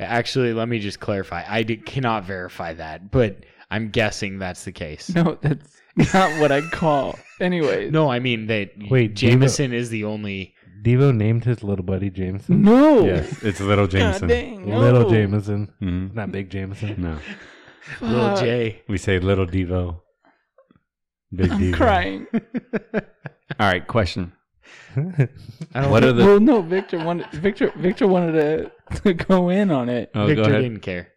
B: Actually, let me just clarify. I did, cannot verify that, but I'm guessing that's the case.
A: No, that's not what I call. Anyways.
B: No, I mean that.
D: Wait, do you know-
B: Jameson is the only.
D: Devo named his little buddy Jameson.
A: No.
C: Yes, it's little
A: God
C: Jameson.
A: dang. No.
D: Little Jameson,
C: Mhm.
D: not big Jameson.
C: No,
B: Little
A: Fuck.
B: J.
C: we say little Devo. Big
A: I'm
C: Devo.
A: crying.
C: All right, question.
B: I don't
C: What are
B: think
C: the?
A: well, no, Victor wanted Victor Victor wanted to, to go in on it.
C: Oh,
B: Victor
C: go ahead.
B: didn't
A: [LAUGHS]
B: care.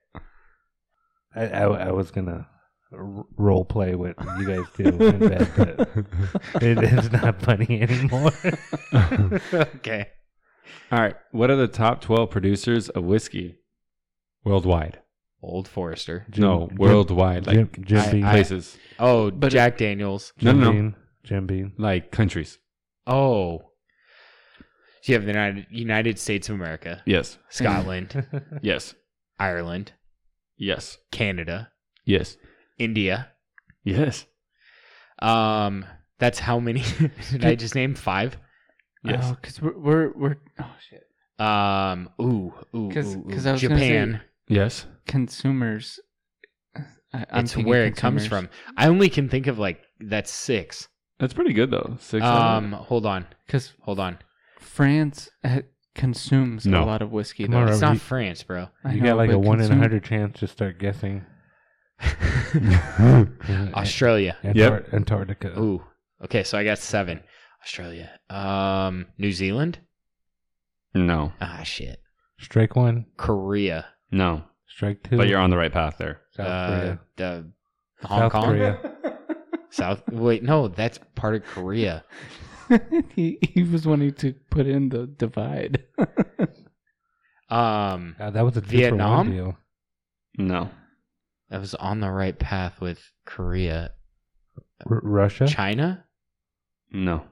D: I, I, I was gonna r- role play what you guys do in bed,
B: [LAUGHS]
D: but it, it's not funny anymore.
B: okay.
C: All right, what are the top twelve producers of whiskey worldwide?
B: Old Forester.
C: no,
D: Jim-
C: worldwide,
D: Jim,
C: like
D: Jim
B: I-
D: Beam,
B: I-
C: places,
B: Oh,
A: But it-
B: Jack Daniels.
D: Jim
C: no, no.
D: Beam, Jim Beam.
C: like countries.
B: Oh. So you have the United, United States of [LAUGHS] America,
C: Yes,
B: Scotland,
C: yes,
B: Ireland,
C: yes,
B: Canada,
C: yes,
B: India.
C: yes,
B: Um, that's how many [LAUGHS] did I just name? Five.
C: yes.
A: because Oh, we're, we're we're oh shit
B: Um, ooh, ooh,
A: 'Cause-
B: ooh, ooh.
A: 'cause I was gonna
B: Japan.
C: Yes.
A: consumers. I, I'm
B: It's
A: thinking
B: where it comes
A: consumers.
B: from. I only can think of like that's six.
C: That's pretty good though. Six.
B: Um, hold on,
A: Because
B: hold on.
A: France uh, consumes a
C: No.
A: lot of whiskey.
D: Come on,
A: Though.
D: Robert.
B: It's not
D: you-
B: France, [LAUGHS] bro.
A: I
D: You
A: know,
D: got like
A: but
D: a one in a
A: consume-
D: hundred chance to start guessing.
C: hundred.
B: Australia.
D: Antar-
C: Yep.
D: Antarctica.
B: Ah, Ooh. Okay, so I got seven. Australia. Um, New Zealand.
C: no,
B: Ah, shit.
D: Strike one,
B: Korea.
C: no.
D: strike two.
C: But you're on the right path there.
D: South
B: uh,
D: Korea.
B: The Hong
D: South
B: Kong.
D: Korea.
B: South. Wait, no, that's part of Korea.
A: [LAUGHS] he, he was wanting to put in the divide. [LAUGHS]
B: Um,
D: Uh, that was a two
B: Vietnam?
D: For one deal.
C: No.
B: I was on the right path with Korea.
D: R- Russia.
B: [LAUGHS] China.
C: No.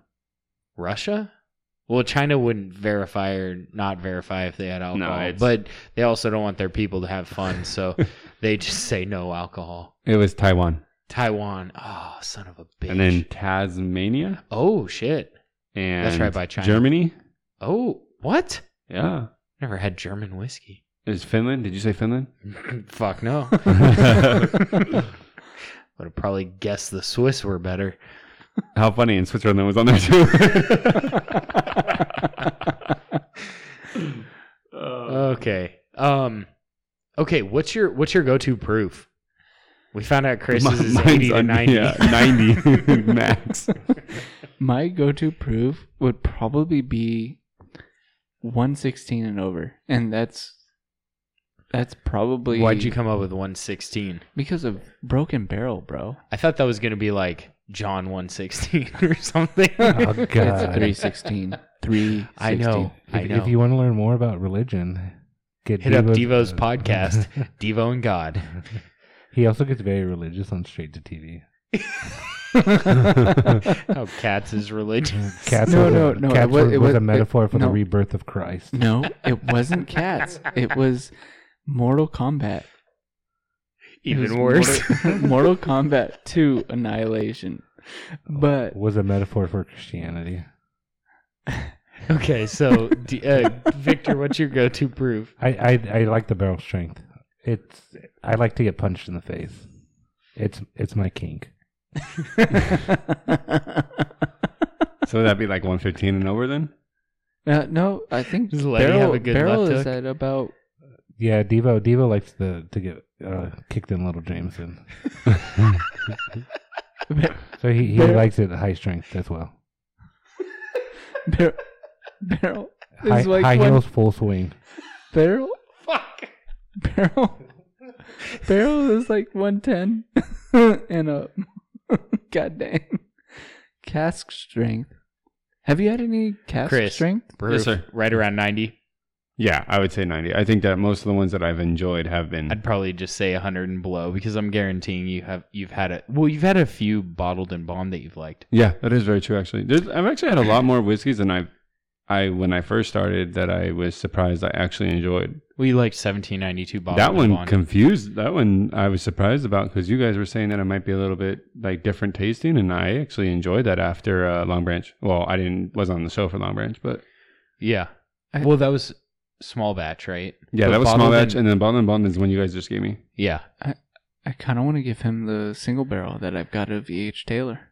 B: Russia? Well, China wouldn't verify or not verify if they had alcohol,
C: it's-
B: but they also don't want their people to have fun, so they just say no alcohol.
C: It was Taiwan.
B: Taiwan, oh son of a bitch!
C: And then Tasmania.
B: oh shit!
C: And
B: right by China.
C: Germany.
B: Oh what?
C: Yeah.
B: Never had German whiskey.
C: Is Finland? Did you say [LAUGHS] Finland?
B: [LAUGHS] Fuck no. Would have probably guessed the Swiss were better.
C: How funny! And Switzerland was on there
B: [LAUGHS]
C: too.
B: Okay. Um. Okay. What's your What's your go to proof? We found out Chris's is
C: Mine's
B: eighty to
C: on-
B: ninety.
C: yeah, 90 [LAUGHS] max.
A: My go-to proof would probably be 116 and over, and that's that's probably
B: [LAUGHS] Why'd you come up with 116?
A: because of Broken Barrel, bro.
B: I thought that was going to be like John 116 [LAUGHS] or something.
D: Oh
A: It's
D: God.
A: 316. 316.
B: I know. I
D: If-
B: know.
D: If you want to learn more about religion, get
B: Hit up Devo's
D: Devo's- uh,
B: podcast, Devo and God.
D: he also gets very religious on Straight
A: [LAUGHS]
D: to TV.
B: How Oh, cats is religious.
D: Cats
A: No,
D: was a-
A: no, no,
D: Cats
A: it wa-
D: was,
A: it
D: was
A: was-
D: a metaphor
A: it-
D: for
A: no.
D: the rebirth of Christ.
A: No, it wasn't cats. It was Mortal Kombat. It was
B: Even worse. Oh.
A: Mortal, [LAUGHS] Mortal Kombat 2 Annihilation.
B: [LAUGHS]
A: But [LAUGHS]
D: Was a metaphor for Christianity.
B: [LAUGHS] okay, so D- uh, Victor, what's your go-to proof?
D: I, I I like the barrel strength. It's I like to get punched in the face. It's it's my kink.
C: so that'd be like 115 and over then?
A: uh, no, I think
B: Just let you have
A: Barrel,
B: a good
A: Barrel
B: left
A: is
B: hook.
A: at about
D: Yeah, Devo Devo likes the to get uh, kicked in little Jameson. So he, he
A: Barrel-
D: likes it high strength as well.
A: Barrel Barrel
D: High,
A: is like
D: high
A: one-
D: heels full swing.
A: Barrel
B: [LAUGHS] Fuck.
A: Barrel Barrel is like 110 [LAUGHS] and up. [LAUGHS] God dang. Cask strength. Have you had any cask
B: Chris.
A: strength?
B: Proof,
C: sir.
B: Right around 90.
C: Yeah, I would say 90. I think that most of the ones that I've enjoyed have been.
B: I'd probably just say 100 and below because I'm guaranteeing you have you've had a well you've had a few bottled and bombed that you've liked.
C: yeah, that is very true. Actually, There's, I've actually had a lot more whiskeys than I've. I when I first started, that I was surprised I actually enjoyed.
B: We liked 1792 bottled
C: that
B: and
C: one
B: bond.
C: confused. That one I was surprised about because you guys were saying that it might be a little bit like different tasting, and I actually enjoyed that after uh, Long Branch. Well, I didn't was on the show for Long Branch, but
B: Yeah.
A: I-
B: well, that was small batch, right?
C: Yeah,
B: But
C: that was small
B: bottled
C: batch,
B: in-
C: and then bottled and bond is the one you guys just gave me.
B: yeah.
A: I kind of want to give him the single barrel that I've got of VH Taylor.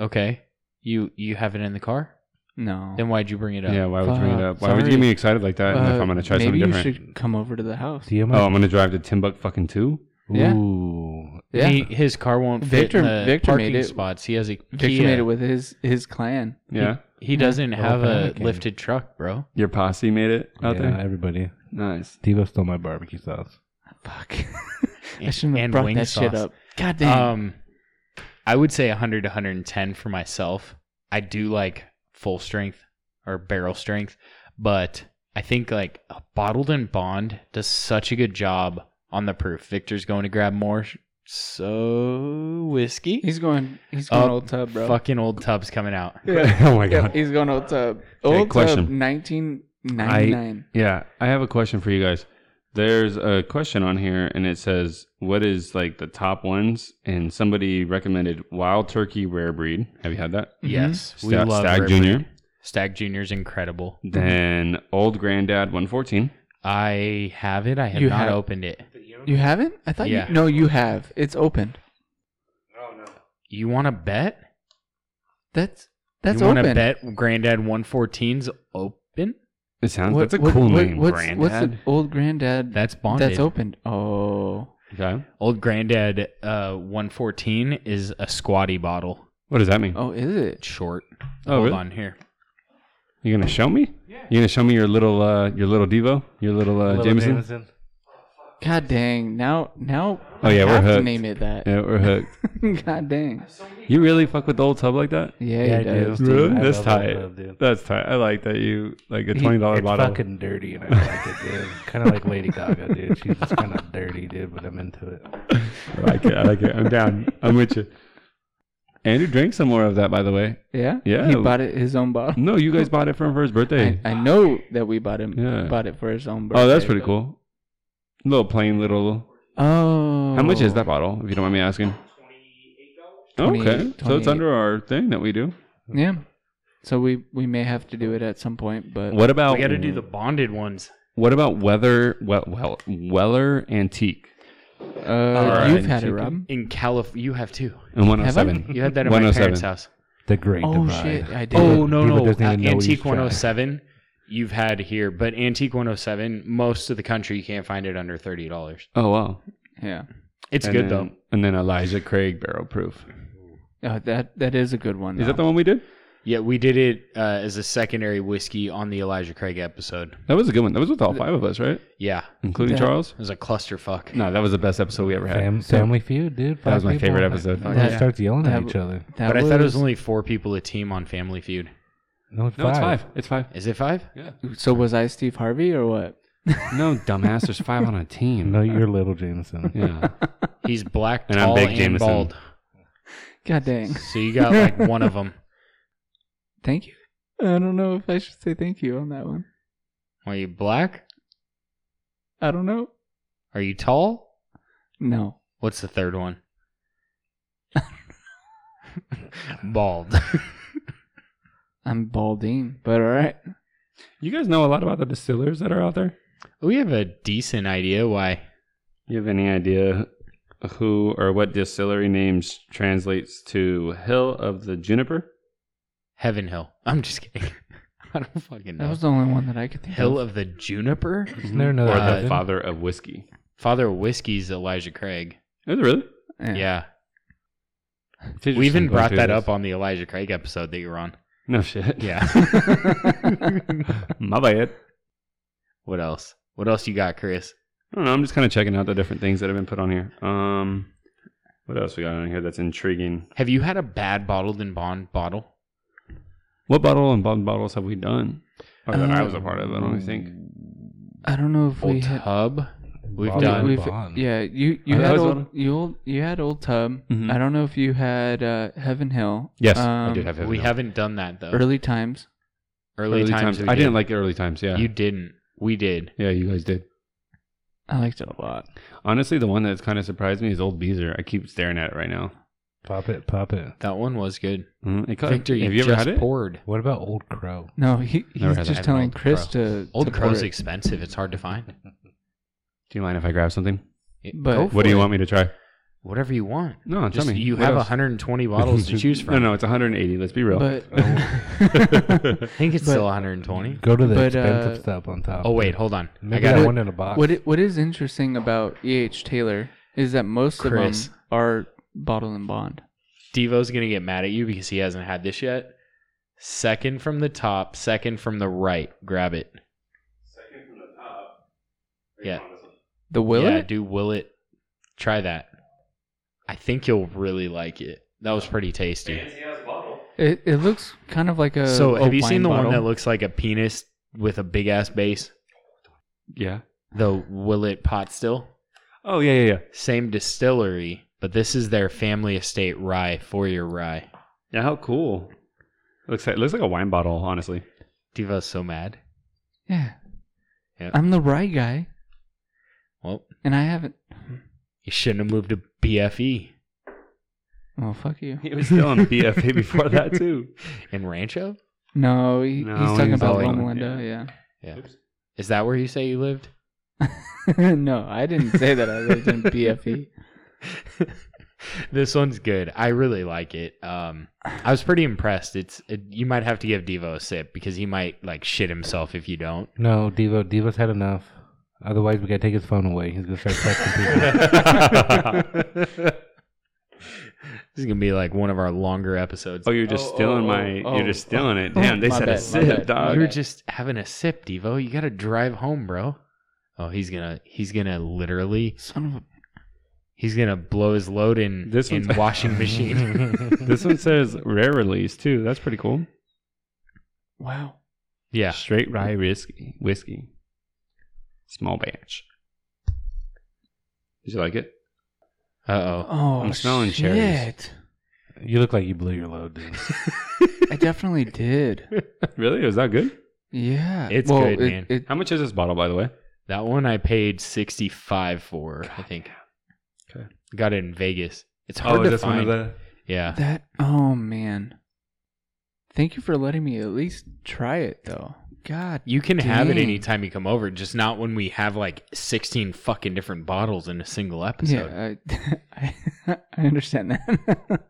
B: Okay. You you have it in the car?
A: No.
B: Then why'd you bring it up?
C: Yeah, why would you bring it
A: Fuck,
C: up? Why would you get
A: sorry.
C: me excited like that? if
A: Uh,
C: I'm gonna try something
A: maybe
C: different.
A: you should come over to the house.
D: Do you
C: Oh,
D: mind?
C: I'm gonna drive to Timbuk fucking two.
A: yeah.
D: Ooh.
A: Yeah.
B: He, his car won't
A: Victor-
B: fit in the
A: Victor
B: parking
A: made it.
B: spots. He has a
A: Victor
B: Kia.
A: made it with his his clan.
C: Yeah,
B: He doesn't
D: Well,
B: have a
D: panicking.
B: lifted truck, bro.
C: your posse made it out
D: yeah,
C: there.
D: everybody.
C: Nice.
D: Devo stole my barbecue sauce.
A: Fuck. [LAUGHS] I shouldn't have
B: and
A: brought
B: wing
A: that shit
B: sauce.
A: up. God damn.
B: Um, I would say 100 to 110 for myself. I do like full strength or barrel strength, but I think like bottled and bond does such a good job on the proof. Victor's going to grab more, sh- so whiskey.
A: he's going. He's going
B: Uh,
A: old tub, bro. Mm-hmm.
B: Fucking old tubs coming out.
D: [LAUGHS] oh
A: [LAUGHS]
C: [LAUGHS]
D: my
A: Yeah,
D: god.
A: he's going old tub. Old tub.
C: question.
A: Nineteen ninety nine.
C: Yeah, I have a question for you guys. There's a question on here, and it says, "What is like the top ones?" And somebody recommended Wild Turkey Rare Breed. Have you had that?
B: Yes, we
C: Sta-
B: love
C: Stag
B: Rare
C: Junior.
B: Breed. Stag Junior's incredible.
C: Then Old Granddad 114.
B: I have it. I have
A: You
B: not
A: have-
B: opened it.
A: You haven't? I thought
B: Yeah.
A: you. No, you have. It's open.
B: You want to bet?
A: That's that's
B: you wanna
A: open.
B: bet Granddad 114's open?
C: It sounds
A: What-
C: that's a
A: what-
C: cool
A: what-
C: name,
A: What's,
C: Granddad.
A: what's the old granddad?
B: That's bonded.
A: That's opened. Oh,
C: okay.
B: Old Granddad uh, 114 is a squatty bottle.
C: What does that mean?
A: oh, is it?
B: It's short.
C: Oh,
B: Hold
C: really?
B: on here.
C: You're gonna show me? Yeah. You're gonna show me your little uh your little Devo, your little uh
D: Little
C: Jameson?
D: Jameson.
A: God dang! Now, now.
C: Oh,
A: I
C: yeah, we're
A: have to
C: hooked.
A: name it that.
C: Yeah, we're
A: [LAUGHS]
C: hooked.
A: God dang!
C: you really fuck with the old tub like that?
A: Yeah,
D: Yeah,
A: he
D: I do.
A: does.
D: Dude,
C: Really?
D: I
C: That's
D: love
C: tight.
D: that stuff, dude.
C: That's tight. I like that you like a
D: He-
C: twenty dollar
D: it's
C: bottle.
D: fucking dirty, and I like it, dude. kind of like Lady Gaga, dude. She's just kind of dirty, dude, but I'm into it.
C: I like it. I like it. I'm down. I'm with you. Andrew drank some more of that, by the way.
A: Yeah,
C: Yeah.
A: He bought it his own bottle.
C: No, you guys bought it for him for his birthday.
A: I, I know that we bought him.
C: Yeah.
A: Bought it for his own birthday.
C: oh, that's pretty
A: but-
C: cool. Little plain little.
A: Oh.
C: How much is that bottle? If you don't mind me asking.
A: Twenty-
C: Okay, so it's
A: twenty-eight.
C: under our thing that we do.
A: Yeah. So we we may have to do it at some point, but
C: What about
B: Uh, We got to do the bonded ones.
C: What about Weather well, well, Weller Antique
A: uh,
B: Alright.
A: you've had it, Rob.
B: In Calif, you have two.
C: and 107?
B: You had that in my
C: 107.
B: parents' house.
D: The Great
A: Oh
D: Divide.
A: shit! I did.
B: Oh no
D: Diva
B: no!
D: doesn't
B: Uh,
D: even know what he's
B: Antique
D: tried.
B: 107. You've had here, but Antique 107, most of the country you can't find it under thirty dollars.
C: Oh wow,
A: Yeah.
B: It's
C: And
B: good
C: then-
B: though.
C: And then Elijah Craig Barrel Proof.
A: Oh, that that is a good one.
C: Is
A: though.
C: that the one we did?
B: Yeah, we did it uh, as a secondary whiskey on the Elijah Craig episode.
C: That was a good one. That was with all five of us, right?
B: Yeah,
C: Including
A: Yeah.
C: Charles.
B: it was a clusterfuck.
C: No, that was the best episode we ever had.
D: Fam- family Feud, dude.
C: That was
D: Five
C: my
D: people.
C: favorite episode.
D: Everyone
A: That-
D: starts yelling
A: that
D: at each
A: w-
D: other.
A: That
B: But I thought it was only four people a team on Family Feud.
D: No, it's
C: No, it's five. It's five.
B: Is it five?
A: So was I Steve Harvey or what?
C: No, dumbass. There's five on a team.
D: No, you're little Jameson.
C: Yeah.
B: He's black,
C: And I'm
B: tall,
C: Big
B: and
C: Jameson.
B: bald.
A: God dang!
B: So you got
A: [LAUGHS]
B: like one of them.
A: Thank you. I don't know if I should say thank you on that one.
B: Are you black?
A: I don't know.
B: Are you tall?
A: No.
B: What's the
A: [LAUGHS]
B: third one? bald.
A: I'm balding, but all right.
C: You guys know a lot about the distillers that are out there.
B: We have a decent idea why.
C: You have any idea who or what distillery names translates to Hill of the Juniper?
B: Heaven Hill. I'm just kidding. [LAUGHS] I don't fucking
A: That
B: know.
A: was the only one that I could think
B: Hill
A: of.
B: of the Juniper?
D: Isn't there another
C: or the
D: heaven?
C: father of whiskey?
B: Father of Whiskey's Elijah Craig.
C: Is it really?
B: Yeah. We even brought that up on the Elijah Craig episode that you were on.
C: No shit.
B: Yeah.
C: [LAUGHS] My bad.
B: what else? What else you got, Chris?
C: I don't know. I'm just kind of checking out the different things that have been put on here. Um, what else we got on here that's intriguing?
B: Have you had a bad bottled and bond bottle?
C: What bottle and bond bottles have we done? Or that I was a
A: Um,
C: part of. I don't think.
A: I don't know if we
B: Old
A: had.
B: tub. We've
D: Bond.
B: done.
A: We've,
D: Bond.
A: yeah, you you
C: Oh, that
A: had
C: was
A: old
C: one.
A: you old you had old tub.
C: Mhm.
A: I don't know if you had uh, Heaven Hill.
C: Yes, I
A: Um,
C: did have. Heaven
B: We
C: Hill.
B: haven't done that though. Early,
A: early times.
B: times. we
C: I
B: did.
C: didn't like early times. Yeah,
B: You didn't. We did.
C: yeah, you guys did.
A: I liked it a lot.
C: Honestly, the one that's kind of surprised me is Old Beezer. I keep staring at it right now.
D: Pop it, pop it.
B: That one was good.
C: Mhm. It cut-
B: Victor, you,
C: have you ever
B: just
C: had it?
B: poured.
D: What about Old Crow?
A: No, he,
C: Never
A: he's
C: had
A: just
B: that.
A: telling
B: Right,
A: Chris
B: bro.
A: to
B: Old
A: to
B: Crow's
A: pour it.
B: expensive. It's hard to find.
C: Do you mind if I grab something?
B: It-
A: But-
B: go
C: What do
B: for
C: you
B: it.
C: want me to try?
B: Whatever you want.
C: No,
B: Just,
C: tell me.
B: you
C: What
B: have
C: else? [LAUGHS]
B: 120 bottles to choose from.
C: No, no, it's 180. Let's be real.
A: But
B: I think it's
A: But-
B: still 120.
D: Go to the
A: But,
D: expensive
A: uh,
D: stuff on top.
B: Oh wait, hold on. I
D: Maybe
B: got
D: that
B: it.
D: one in a box.
A: what it, what is interesting about E.H. Taylor is that most
B: Chris.
A: of them are bottle and bond.
B: Devo's gonna get mad at you because he hasn't had this yet. Second from the top, second from the right. Grab it. Yeah.
A: The will
B: yeah,
A: it?
B: do will it. Try that. I think you'll really like it. That was pretty tasty.
A: it? It looks kind of like a.
B: so
A: a
B: have you
A: wine
B: seen the
A: bottle.
B: one that looks like a penis with a big ass base?
C: [LAUGHS] Yeah.
B: The will it pot still?
C: Oh yeah, yeah, yeah.
B: Same distillery, but this is their family estate rye for your rye.
C: Yeah, how cool. Looks like looks like a wine bottle,
B: [LAUGHS]
C: honestly.
B: Devo's so mad.
A: Yeah.
B: Yeah.
A: I'm the right guy,
B: Well,
A: and I haven't.
B: you shouldn't have moved to E. BFE
A: Well, fuck you.
C: He was still on BFA before that too.
B: in Rancho.
A: No, he,
C: No,
A: he's talking
C: he's
A: about
B: all in.
A: Romelinda. Yeah. [LAUGHS]
B: Yeah. Is that where you say you lived? [LAUGHS]
A: no, I didn't E. say that. I lived
C: [LAUGHS]
A: in BFE.
B: this one's good. I really like it. Um, I was pretty impressed. It's it, you might have to give Devo a sip because he might like shit himself if you don't.
D: no, Devo. Devo's had enough. Otherwise, we gotta take his phone away. He's gonna start texting people.
B: this is gonna be like one of our longer
A: [LAUGHS]
B: episodes.
C: Oh, you're just
A: Oh,
C: stealing
A: oh,
C: my.
A: oh,
C: you're just stealing it. Damn, they
A: My
C: said
A: bad,
C: a
A: my
C: sip,
A: bad, my
C: dog.
B: you were
A: okay.
B: just having a sip, Devo. You gotta drive home, bro. Oh, he's gonna he's gonna literally
A: Son of a.
B: he's gonna blow his load in
C: This
B: in
C: one's- [LAUGHS]
B: washing machine.
C: [LAUGHS] this one says rare release too. That's pretty cool.
A: Wow.
B: yeah,
C: Straight rye whiskey. Whiskey. Small batch. Did you like it?
B: uh oh.
A: Oh,
C: I'm smelling
A: shit.
C: cherries.
D: [LAUGHS] you look like you blew your load, dude.
A: I
C: [LAUGHS]
A: definitely did.
C: [LAUGHS] Really? It was that good?
A: Yeah.
B: It's
A: it-
B: good, man.
A: it-
C: How much is this bottle, by the way?
B: That one I paid sixty five for. I think.
C: Okay. Oh,
B: Got it in Vegas. It's hard to find.
C: the.
B: Yeah.
A: that. Oh man. Thank you for letting me at least try it, though. God.
B: You can have it
A: Dang.
B: anytime you come over, just not when we have like sixteen fucking different bottles in a single episode.
A: Yeah, I, [LAUGHS] I, I understand
C: [LAUGHS]
A: that.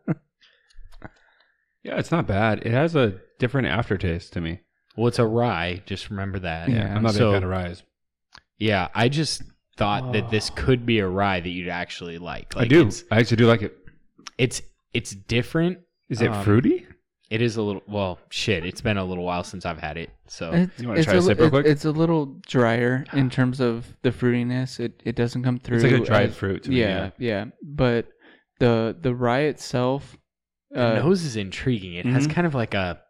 C: Yeah, it's not bad. It has a different aftertaste to me.
B: Well, it's a rye. Just remember that.
A: Yeah.
C: I'm not a
B: So-
C: big fan of ryes.
B: Yeah, I just thought that this could be a rye that you'd actually like. like
C: Ah. I do.
B: It's,
C: I actually do like it.
B: it's it's different.
C: Is it
B: Um,
C: fruity?
B: It is a little well, shit. It's been a little while since I've had it, so
A: It's-
C: You wanna
A: it's
C: try a sip real
A: it-
C: quick?
A: It's a little drier
C: [SIGHS]
A: in terms of the fruitiness. It it doesn't come through.
C: It's like a dried
A: as-
C: fruit. To
A: yeah,
C: Me,
A: yeah, But the the rye itself,
B: the
A: uh,
B: nose is intriguing. It
C: mm-hmm.
B: has kind of like a.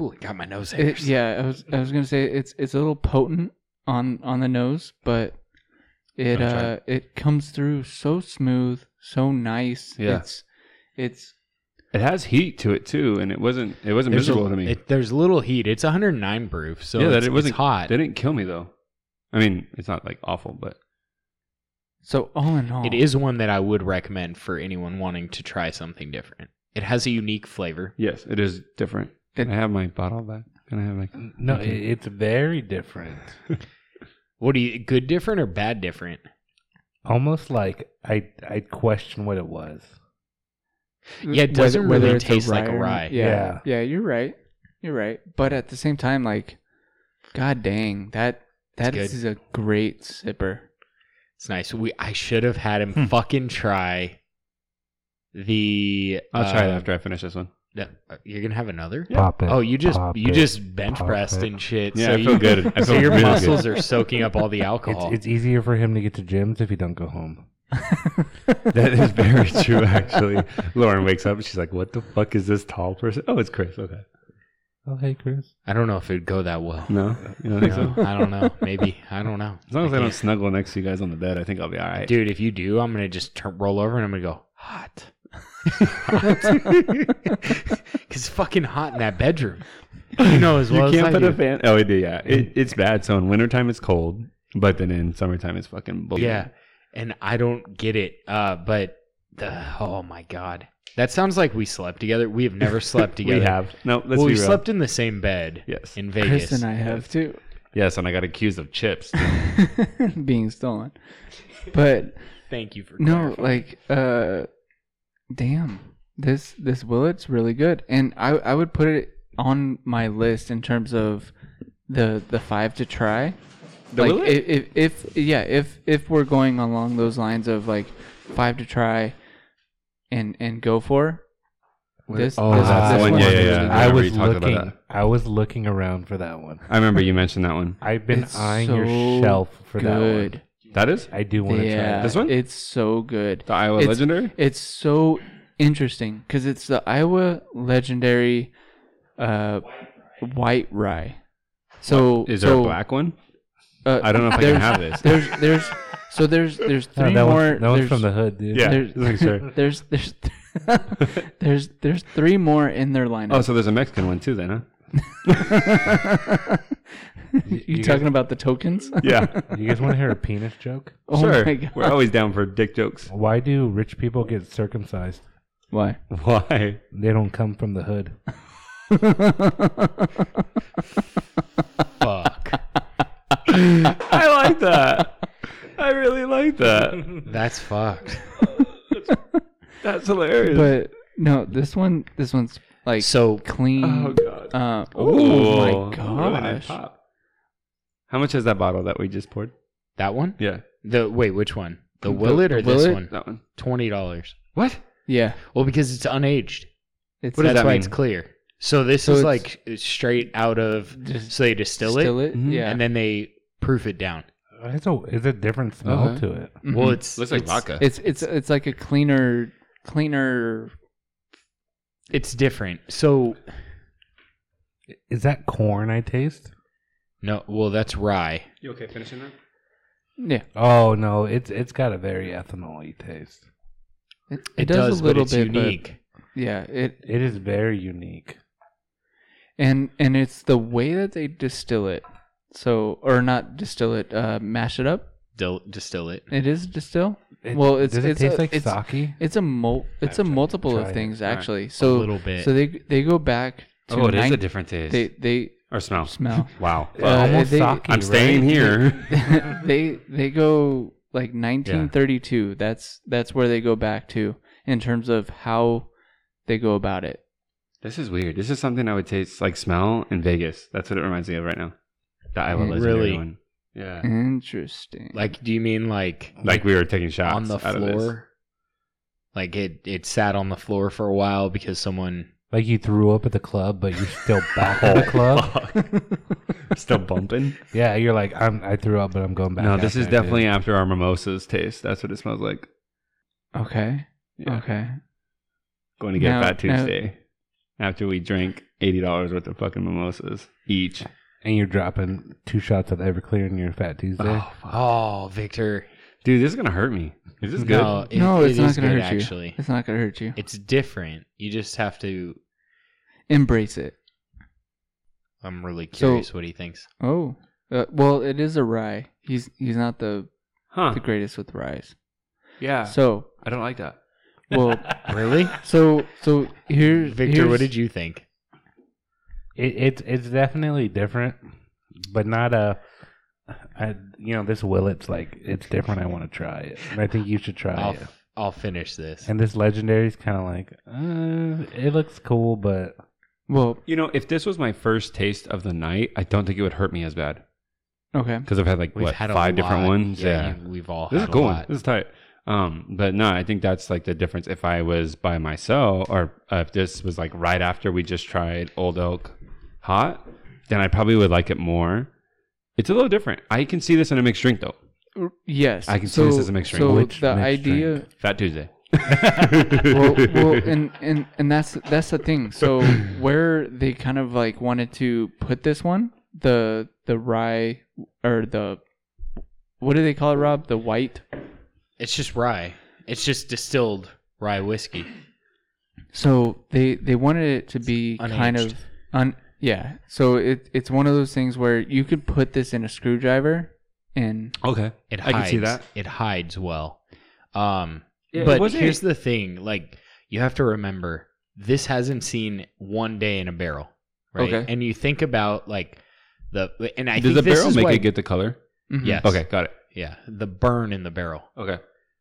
B: Ooh, it got my
C: Eh,
B: nose
A: it,
B: hairs.
A: yeah. I was I was gonna say it's it's a little potent on on the nose, but it
C: Wanna try
A: uh it comes through so smooth, so nice.
C: Yeah.
A: It's it's
C: It has heat to it too, and it wasn't. It wasn't
B: There's
C: miserable
B: a-
C: to me.
B: it- there's little heat. It's 109 proof, so
C: Yeah, that
B: it's,
C: it wasn't-
B: it's hot.
C: they didn't kill me though. I mean, it's not like awful, but
A: so all in all,
B: It is one that I would recommend for anyone wanting to try something different. It has a unique flavor.
C: yes, it is different. Can
A: It-
C: I have my bottle back? Can I have my?
D: No, it, it's very different.
B: What do you good different or bad different?
D: Almost like I I question what it was.
B: Yeah, it doesn't really taste like a
A: or-
B: rye.
A: Yeah, yeah, you're right. You're right. But at the same time, like, god dang, that that
B: It's
A: is a great sipper.
B: It's nice. We I should have had
D: Hmm.
B: him fucking try the.
C: I'll try it
B: uh,
C: after I finish this one.
B: no, you're gonna have another.
D: Pop it.
B: Oh, you just
D: pop
B: you
D: it.
B: just bench
D: Pop
B: pressed
D: it.
B: and shit.
C: Yeah,
B: so
C: I
B: you,
C: feel
B: [LAUGHS]
C: good. I feel
B: So your
C: really
B: muscles
C: good.
B: are soaking up all the
D: [LAUGHS] It's,
B: alcohol.
D: it's easier for him to get to gyms if he don't go home.
C: [LAUGHS] That is
A: [LAUGHS]
C: [LAUGHS] very true, actually. Lauren wakes up and she's like, "What the fuck is this tall person?" Oh, it's Chris. Okay.
D: Oh, hey, Chris.
B: I don't know if it'd go that well.
C: No, you don't think
B: No,
C: so?
B: [LAUGHS] I don't know. Maybe I don't know.
C: As long as I
B: can't-
C: don't snuggle next to you guys on the bed, I think I'll be all right.
B: Dude, if you do, I'm gonna just turn, roll over and I'm gonna go hot,
D: [LAUGHS]
B: [LAUGHS] because fucking hot in that
C: [LAUGHS]
B: bedroom. You know as
C: You
B: well as I
C: can't put
B: do.
C: a fan. Oh, it, yeah, it, it's bad. So in wintertime, it's cold, but then in summertime, it's fucking. Bullying.
B: Yeah, and I don't get it. Uh, but the, oh my god, that sounds like we slept together. We have
C: [LAUGHS]
B: never slept together.
C: We have. No, let's
B: well, we
C: be real.
B: slept in the same bed
C: Yes.
B: in
A: Chris
B: Vegas.
A: and I have too.
C: Yes, and I got accused of [LAUGHS] chips.
A: [LAUGHS] being stolen. But
B: Thank you for
A: no,
B: clarifying.
A: like uh damn. This this Willet's really good. And I I would put it on my list in terms of the the five to try.
C: The
A: like
C: Willet?
A: if, if if yeah, if if we're going along those lines of like five to try and and go for this,
D: Oh,
A: this,
D: that's
A: this
D: the one.
A: one's
D: Yeah, yeah,
A: really
C: yeah.
A: good.
C: I
D: I
C: remember
D: was
C: you talked about
D: looking.
C: that.
D: I was looking around for that one.
C: I remember you mentioned that one.
D: I've been
A: It's
D: eyeing
A: so
D: your shelf for
A: good.
D: that
C: That is
D: one. I do want to try
A: Yeah,
D: that.
C: This one?
A: It's so good.
C: the Iowa
A: It's-
C: Legendary.
A: It's so interesting because it's the Iowa legendary uh, white rye. So
C: Is there
A: so,
C: a black one?
A: uh,
C: I don't know if I can
A: there's-
C: have this.
A: [LAUGHS]
C: Oh,
A: There's there's so there's
C: [LAUGHS]
A: there's
D: No,
A: three
D: that
A: more.
D: one's, that one's
A: there's,
D: from the hood, dude.
C: Yeah.
A: [LAUGHS] There's,
C: Like, sorry.
A: [LAUGHS] there's there's there's [LAUGHS] there's three more in their
C: [LAUGHS] Oh,
A: lineup.
C: so there's a Mexican one too, then, huh? Oh,
A: you,
D: you
A: talking about the tokens?
C: [LAUGHS]
A: [LAUGHS]
C: [LAUGHS] Yeah.
D: You guys want to hear a penis joke?
A: oh
C: sure.
A: my god!
C: We're always down for dick jokes.
D: Why do rich people get circumcised?
C: [LAUGHS]
A: Why?
C: Why?
D: They don't come from the hood.
B: fuck.
C: I like that. I really like that.
B: That's fucked.
C: [LAUGHS] That's hilarious.
A: but no, this one this one's [LAUGHS] like
B: So
A: clean.
C: oh god.
A: Uh, oh
C: Ooh,
A: my
C: really
A: gosh!
C: nice pop. How much is that bottle that we just poured?
B: that one?
C: Yeah,
B: The wait, which one? The Willet or this
A: Willet?
B: one?
C: that one.
B: Twenty dollars.
C: What?
A: Yeah,
B: Well, because it's unaged.
A: it's
C: What does
B: That's
C: that
B: why
C: mean?
B: it's clear. So this
A: So
B: is
A: it's-
B: like straight out of.
A: Just
B: So they distill,
A: still
B: it,
A: it.
C: Mhm.
A: Yeah,
B: and then they proof it down.
D: It's a it's a different smell
C: Okay.
D: to it.
A: Mhm.
B: Well, it's
C: Mm-hmm. Looks like
B: it's-
C: vodka.
A: it's it's it's like a cleaner cleaner.
B: It's different. So
D: Is that corn I taste?
B: no, well that's rye.
C: You okay finishing that?
A: Yeah,
D: Oh no, it's it's got a very ethanoly taste.
A: it,
B: It,
A: does, a little
B: but it's
A: bit. but
B: unique.
A: yeah, it
D: It is very unique.
A: and and it's the way that they distill it. So or not distill it, uh, mash it up.
B: Dil- distill it.
A: It is distill.
D: It-
A: Well, it's-
D: does it
A: it's
D: taste
A: a-
D: like
A: it's-
D: sake?
A: It's a mul- It's a multiple
D: try
A: of
D: it.
A: things
C: Alright.
A: actually.
B: a
A: So
B: little bit.
A: so they they go back to
C: Oh, it is
A: nine-
C: a different taste.
A: they they
C: or smell.
A: smell.
C: Wow.
A: Uh,
D: almost
A: they-
D: sake.
C: I'm
D: right?
C: staying [LAUGHS] here.
A: [LAUGHS] they they go like 1932. That's that's where they go back to in terms of how they go about it.
C: this is weird. This is something I would taste like smell in Vegas. That's what it reminds me of right now. The Iowa
A: Mm,
C: legendary
B: really?
C: one. Yeah.
A: Interesting.
B: like, do you mean like
C: Like we were taking shots
B: on the
C: out of this.
B: floor? Like it, it sat on the floor for a while because someone.
D: Like you threw up at the club, but you're still back
C: [LAUGHS]
D: at the
C: Oh,
D: club.
C: Fuck. Still bumping.
D: Yeah, you're like I'm. I threw up, but I'm going back.
C: no, this
D: after
C: is
D: I did.
C: definitely after our mimosas taste. That's what it smells like.
A: okay.
C: Yeah.
A: Okay.
C: Going to get
A: Oh. Now-
C: fat
A: now-
C: Tuesday after we drink eighty dollars worth of fucking mimosas each.
D: and you're dropping two shots of Everclear in your Fat Tuesday.
B: Oh, Victor.
C: Dude, this is gonna hurt me. Is this good?
B: No, it-
A: no,
B: it
A: it's not
B: is
A: going
B: good,
A: to hurt
B: Actually,
A: you. It's not going to hurt you.
B: it's different. You just have to.
A: Embrace it.
B: I'm really
A: So-
B: curious what he thinks.
A: Oh. Uh, well, it is a rye. He's he's not the
C: Huh? Ah.
A: the greatest with ryes.
C: Yeah.
A: So,
C: I don't like that. [LAUGHS]
A: well,
B: Really,
A: so so here
B: Victor? What did you think?
D: It, it's it's definitely different, but not a. I, you know, this Willet's like it's different. I want to try it, and I think you should try
B: I'll,
D: it.
B: I'll finish this.
D: Oh, And this legendary's kind of like, uh, it looks cool, but
A: Well,
C: You know, if this was my first taste of the night, I don't think it would hurt me as bad
A: okay.
C: because I've had like
B: We've
C: what
B: had a
C: five
B: lot.
C: different ones.
B: Yeah,
C: Yeah.
B: you- we've all.
C: This is
B: had
C: a cool
B: A
C: one.
B: lot.
C: This is tight. Um, but no, I think that's like the difference. If I was by myself, or uh, if this was like right after we just tried Old Elk Hot, then I probably would like it more. It's a little different. I can see this in a mixed drink though.
A: Yes.
C: I can see this as a mixed drink.
A: So
D: Which
A: the
D: mixed
A: idea
D: drink?
B: [LAUGHS]
C: Fat Tuesday.
A: well,
C: [LAUGHS]
A: well, and, and and that's that's the thing. So where they kind of like wanted to put this one, the the rye or the what do they call it, Rob? The white.
B: It's just rye. It's just distilled rye whiskey.
A: So they they wanted it to be kind of
B: Unaged.
A: un yeah. So it it's one of those things where you could put this in a screwdriver and
C: Okay.
B: It
C: I
B: hides.
C: can see that.
B: It hides well. Um,
F: Yeah, it
B: but
F: wasn't-
B: here's the thing: like you have to remember, this hasn't seen one day in a barrel, right?
A: Okay.
B: And you think about like the and I think
C: Does the
B: this
C: barrel
B: is
C: make
B: why-
C: it get the color?
A: Mhm.
B: Yes.
C: Okay, got it.
B: Yeah, the burn in the barrel,
C: Okay.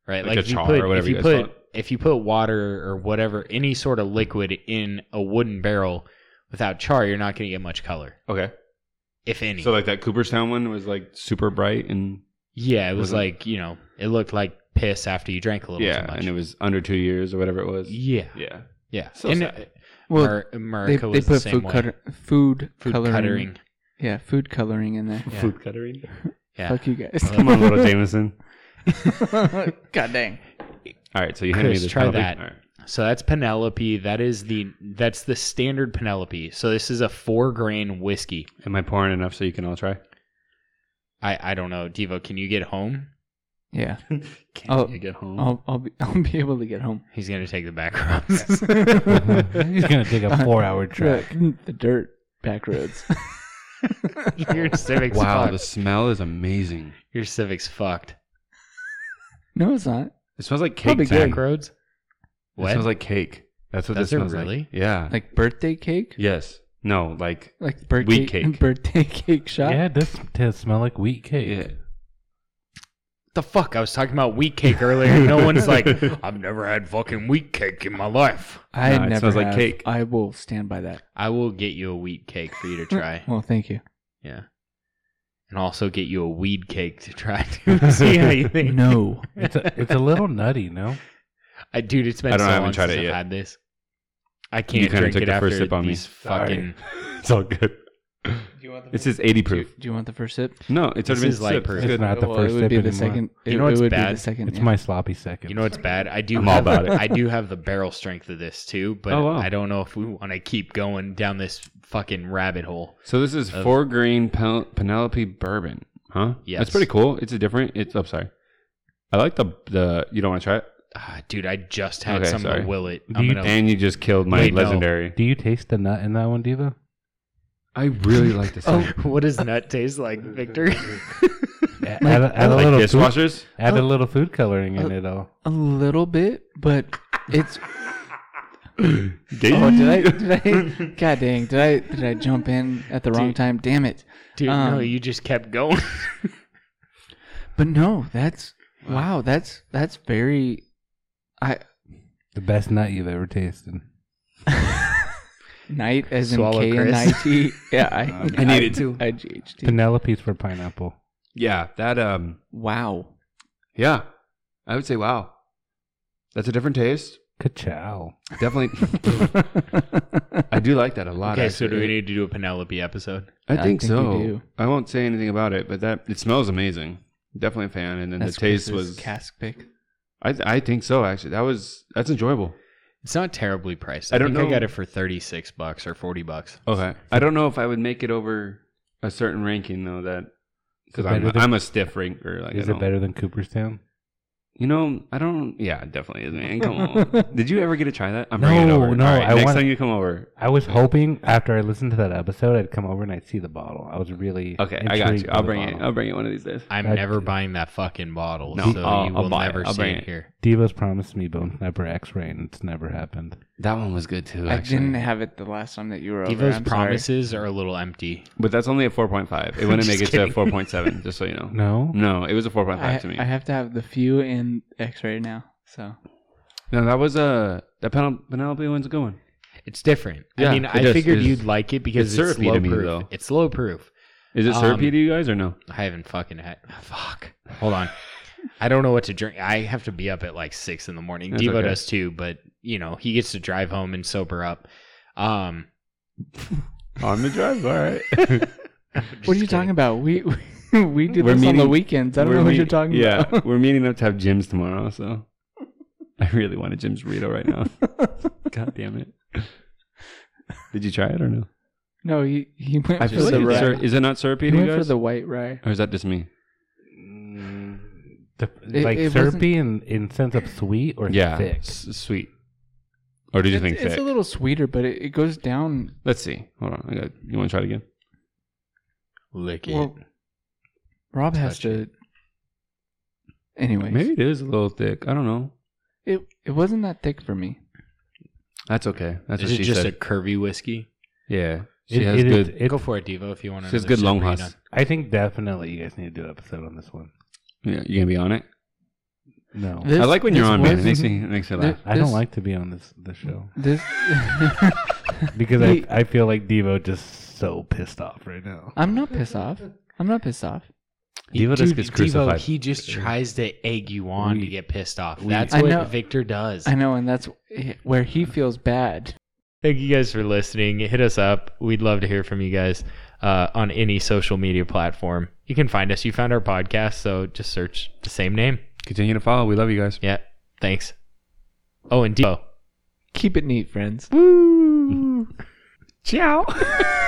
B: right?
C: Like a
B: if you
C: char
B: put,
C: or whatever
B: if
C: you
B: you,
C: guys
B: put
C: call it.
B: if you put water or whatever, any sort of liquid in a wooden barrel without char, you're not going to get much color,
C: Okay.
B: if any.
C: So like that Cooperstown one was like super bright and
B: yeah, it was,
C: was it-
B: like you know, it looked like piss after you drank a little
C: yeah,
B: too much.
C: and it was under two years or whatever it was.
B: yeah,
C: Yeah.
B: yeah.
C: So
B: and
C: sad.
A: Well,
B: Mar- America
A: they,
B: was
A: they
B: the
A: put
B: same
A: food
B: way.
A: cutter, food,
B: food
A: coloring.
B: coloring.
A: Yeah, food coloring in there.
B: Yeah.
C: Food coloring.
B: Yeah.
A: Fuck you guys.
C: Come on,
A: [LAUGHS]
C: little Jameson.
A: God dang.
C: All right, so you handed me
B: Chris,
C: this
B: try
C: penalty.
B: that.
C: All right.
B: So that's Penelope. That is the that's the standard Penelope. So this is a four grain whiskey.
C: Am I pouring enough so you can all try?
B: I I don't know, Devo. Can you get home?
A: Yeah,
B: Can
A: Oh,
B: you get home?
A: I'll I'll be, [LAUGHS] I'll be able to get home.
B: He's gonna take the back
A: [LAUGHS]
B: roads.
D: He's gonna take a four-hour trip.
A: The, the dirt back roads.
B: Your civics.
C: Wow,
B: fucked.
C: the smell is amazing.
B: Your civics fucked.
A: [LAUGHS] no, it's not.
C: It smells like cake.
A: Probably
C: Zach.
A: good.
B: Back roads.
C: It
B: What?
C: smells like cake. That's what
B: Does
C: this
B: it
C: smells
B: really?
C: like. Yeah.
A: Like birthday cake.
C: yes. No, like
A: Like birthday
C: Wheat
A: [LAUGHS]
C: cake.
A: Birthday cake shot.
D: Yeah, it does t- smell like wheat cake.
C: yeah. [LAUGHS]
B: the fuck? I was talking about wheat cake earlier. No one's like, I've never had fucking wheat cake in
A: [LAUGHS]
B: my life.
A: I
C: No, it
A: never
C: smells like
A: have.
C: cake.
A: I will stand by that.
B: I will get you a wheat cake for you
A: [LAUGHS]
B: to try.
A: Well, thank you.
B: Yeah. And also get you a weed cake to try to see how you think.
A: No.
D: It's a, it's a little nutty, no?
B: I, dude, it's been
C: I don't-
B: so
C: I haven't
B: long
C: tried
B: since
C: it
B: I've
C: yet.
B: had this. I can't
C: You kind of
B: drink
C: took
B: it
C: the
B: after
C: first sip on me.
B: these fucking.
C: it's all good.
A: Do you want
C: This is 80
A: do,
C: proof.
A: do you want the first sip?
C: No, it's
B: This
C: already been
B: is light
C: sipped.
B: proof.
C: It's
D: It's
C: good.
D: not the
A: Well,
D: first
A: it would
D: sip
A: be the
D: anymore.
A: second. It,
B: You know
A: it
B: what's
A: would be
B: bad?
A: the second.
D: It's
A: yeah.
D: my sloppy second.
B: You know what's bad? I do.
C: I'm all
B: have-
C: about it.
B: I do have the barrel strength of this too, but
C: Oh, wow.
B: I don't know if we want to keep going down this fucking rabbit hole.
C: So this is
B: Of-
C: four grain Pen- Penelope bourbon, huh?
B: Yes.
C: that's pretty cool. It's a different. It's I'm sorry. I like the the. You don't want to try it,
B: Ah, dude, I just had
C: Okay,
B: some
C: sorry.
B: of the Willet.
D: Do
B: I'm
D: you-
B: gonna-
C: and you just killed my
B: Wait, no.
C: legendary.
D: Do you taste the nut in that one, Diva?
C: I really like
B: [LAUGHS]
C: this.
A: Oh,
B: [LAUGHS] what does nut taste like, Victor?
D: Add, add a- add a
C: Oh, like
D: little
C: dishwashers.
D: food, add a little food coloring in
A: Oh.
D: it all.
A: a little bit, but it's.
C: [CLEARS THROAT]
A: [CLEARS THROAT] Oh,
C: [LAUGHS]
A: did I? Did I? God dang! Did I? Did I jump in at the wrong
B: Dude.
A: time? Damn it!
B: Dude, no,
A: Um,
B: you just kept going.
A: But no, that's wow. That's that's very. I
D: The best nut you've ever tasted.
A: night as
B: Swallow
A: in K
B: Chris.
A: and I
C: [LAUGHS]
A: T. Yeah, I,
C: Um, I need it too.
A: I G H T.
D: Penelope's for pineapple.
C: Yeah, that um,
A: Wow.
C: yeah, I would say wow, that's a different taste.
D: Ka-chow.
C: Definitely, [LAUGHS] I do like that a lot.
B: okay, so do
C: actually.
B: we need to do a Penelope episode?
C: I
A: I
C: think,
A: think you
C: so.
A: do.
C: I won't say anything about it, but that it smells amazing. Definitely a fan, and then the taste
A: Chris's
C: was.
A: cask pick.
C: I I think so. Actually, that was that's enjoyable.
B: It's not terribly priced.
C: I don't
B: think I
C: know.
B: got it for thirty six bucks or forty bucks.
C: Okay. I don't know if I would make it over a certain ranking though. That because
D: Better
C: I'm,
D: than-
C: I'm a stiff ranker. Like, I
D: Is it
C: don't-
D: better than Cooperstown?
C: You know, I don't. Yeah, it definitely is, man. Come [LAUGHS] on. Did you ever get to try that? I'm bringing it
D: No,
C: over.
D: no,
C: All right,
D: I
C: next
D: wanna-
C: time you come over.
D: I was hoping after I listened to that episode, I'd come over and I'd see the bottle. I was really
C: Okay, I got
D: intrigued
C: you.
D: by
C: I'll
D: the
C: bring it.
D: bottle.
C: I'll bring it one of these days.
B: I'm
D: That-
B: never buying that fucking bottle,
C: No,
B: so
C: I'll-
B: you
C: I'll
B: will
C: buy it.
B: never
C: I'll
B: see
C: bring
B: it
C: it.
B: here.
D: Diva's promised me bone sniper X ray, and it's never happened.
C: That one was good too.
A: I didn't have it the last time that you were over.
B: Devo's
A: I'm sorry.
B: promises are a little empty.
C: but that's only a [LAUGHS] 4.5. It wouldn't make it to a 4.7. Just so you know.
D: No,
C: [LAUGHS] No, it was a 4.5
A: I,
C: to me.
A: I have to have the few in X-ray now. So
C: no, that was a that Penel- Penelope one's a good one.
B: It's different. I
C: Yeah,
B: mean,
C: it
B: I
C: does.
B: figured
C: It's-
B: you'd like it because
C: it's
B: it's,
C: syrupy
B: low
C: to me,
B: proof.
C: though.
B: It's low proof.
C: Is it
B: Um,
C: syrupy to you guys or no?
B: I haven't fucking had. Fuck. Hold on. I don't know what to drink. I have to be up at like six in the morning.
C: That's
B: Devo
C: okay.
B: does too, but you know he gets to drive home and sober up. Um,
C: On the drive, all right. [LAUGHS]
A: what are you talking about? We [LAUGHS] we, we do
C: We're
A: this on the
C: meeting-
A: weekends. I don't
C: We're
A: know what
C: meet-
A: you're talking
C: yeah,
A: about.
C: we're meeting up to have Jim's tomorrow, so I really want a Jim's burrito right now.
A: [LAUGHS]
C: God damn it. Did you try it or no?
A: No, he he went
C: I
A: for
C: feel like
A: the
C: it's
A: rye.
C: syrup- is it not syrupy
A: he
C: to you
A: went for
C: guys?
A: the white rye.
C: or is that just me? Mm.
D: The-
A: It-
D: like
A: it
D: syrupy in, in sense of sweet or
C: Yeah.
D: thick.
C: s- sweet. Or did you
A: It's,
C: think
A: it's
C: thick?
A: a little sweeter, but it, it goes down.
C: Let's see. Hold on. I got, you want to try it again?
B: Lick it.
A: Well, Rob has
B: Touch
A: to. Anyways,
C: Maybe it is a little thick. I don't know.
A: It it wasn't that thick for me.
E: That's okay. That's
B: Is
E: what
B: it
E: she
B: just
E: said.
B: a curvy whiskey?
E: yeah, she
D: It-
E: has
D: it-
E: good.
D: it-
B: Go for it, Devo, if you want to.
E: she has good long
B: hoss.
E: hoss.
D: I think definitely you guys need to do an episode on this one.
E: Yeah, you gonna be on it?
D: No,
A: This-
E: I like when you're
A: this
E: on, man. It
A: wasn't-
E: makes me, it makes me laugh.
D: I don't
A: this-
D: like to be on this the
A: [LAUGHS]
D: show
A: This
D: because
A: He-
D: I I feel like Devo just so pissed off right now.
A: I'm not pissed off. I'm not pissed off.
E: Devo just gets crucified.
B: he just tries to egg you on to get pissed off. That's
A: I
B: what
A: know-
B: Victor does.
A: I know, and that's where he feels bad.
B: Thank you guys for listening. Hit us up. We'd love to hear from you guys uh, on any social media platform. You can find us. You found our podcast, so just search the same name.
E: Continue to follow. We love you guys.
B: Yeah. Thanks. Oh, and Devo.
A: Keep it neat, friends.
B: Ciao.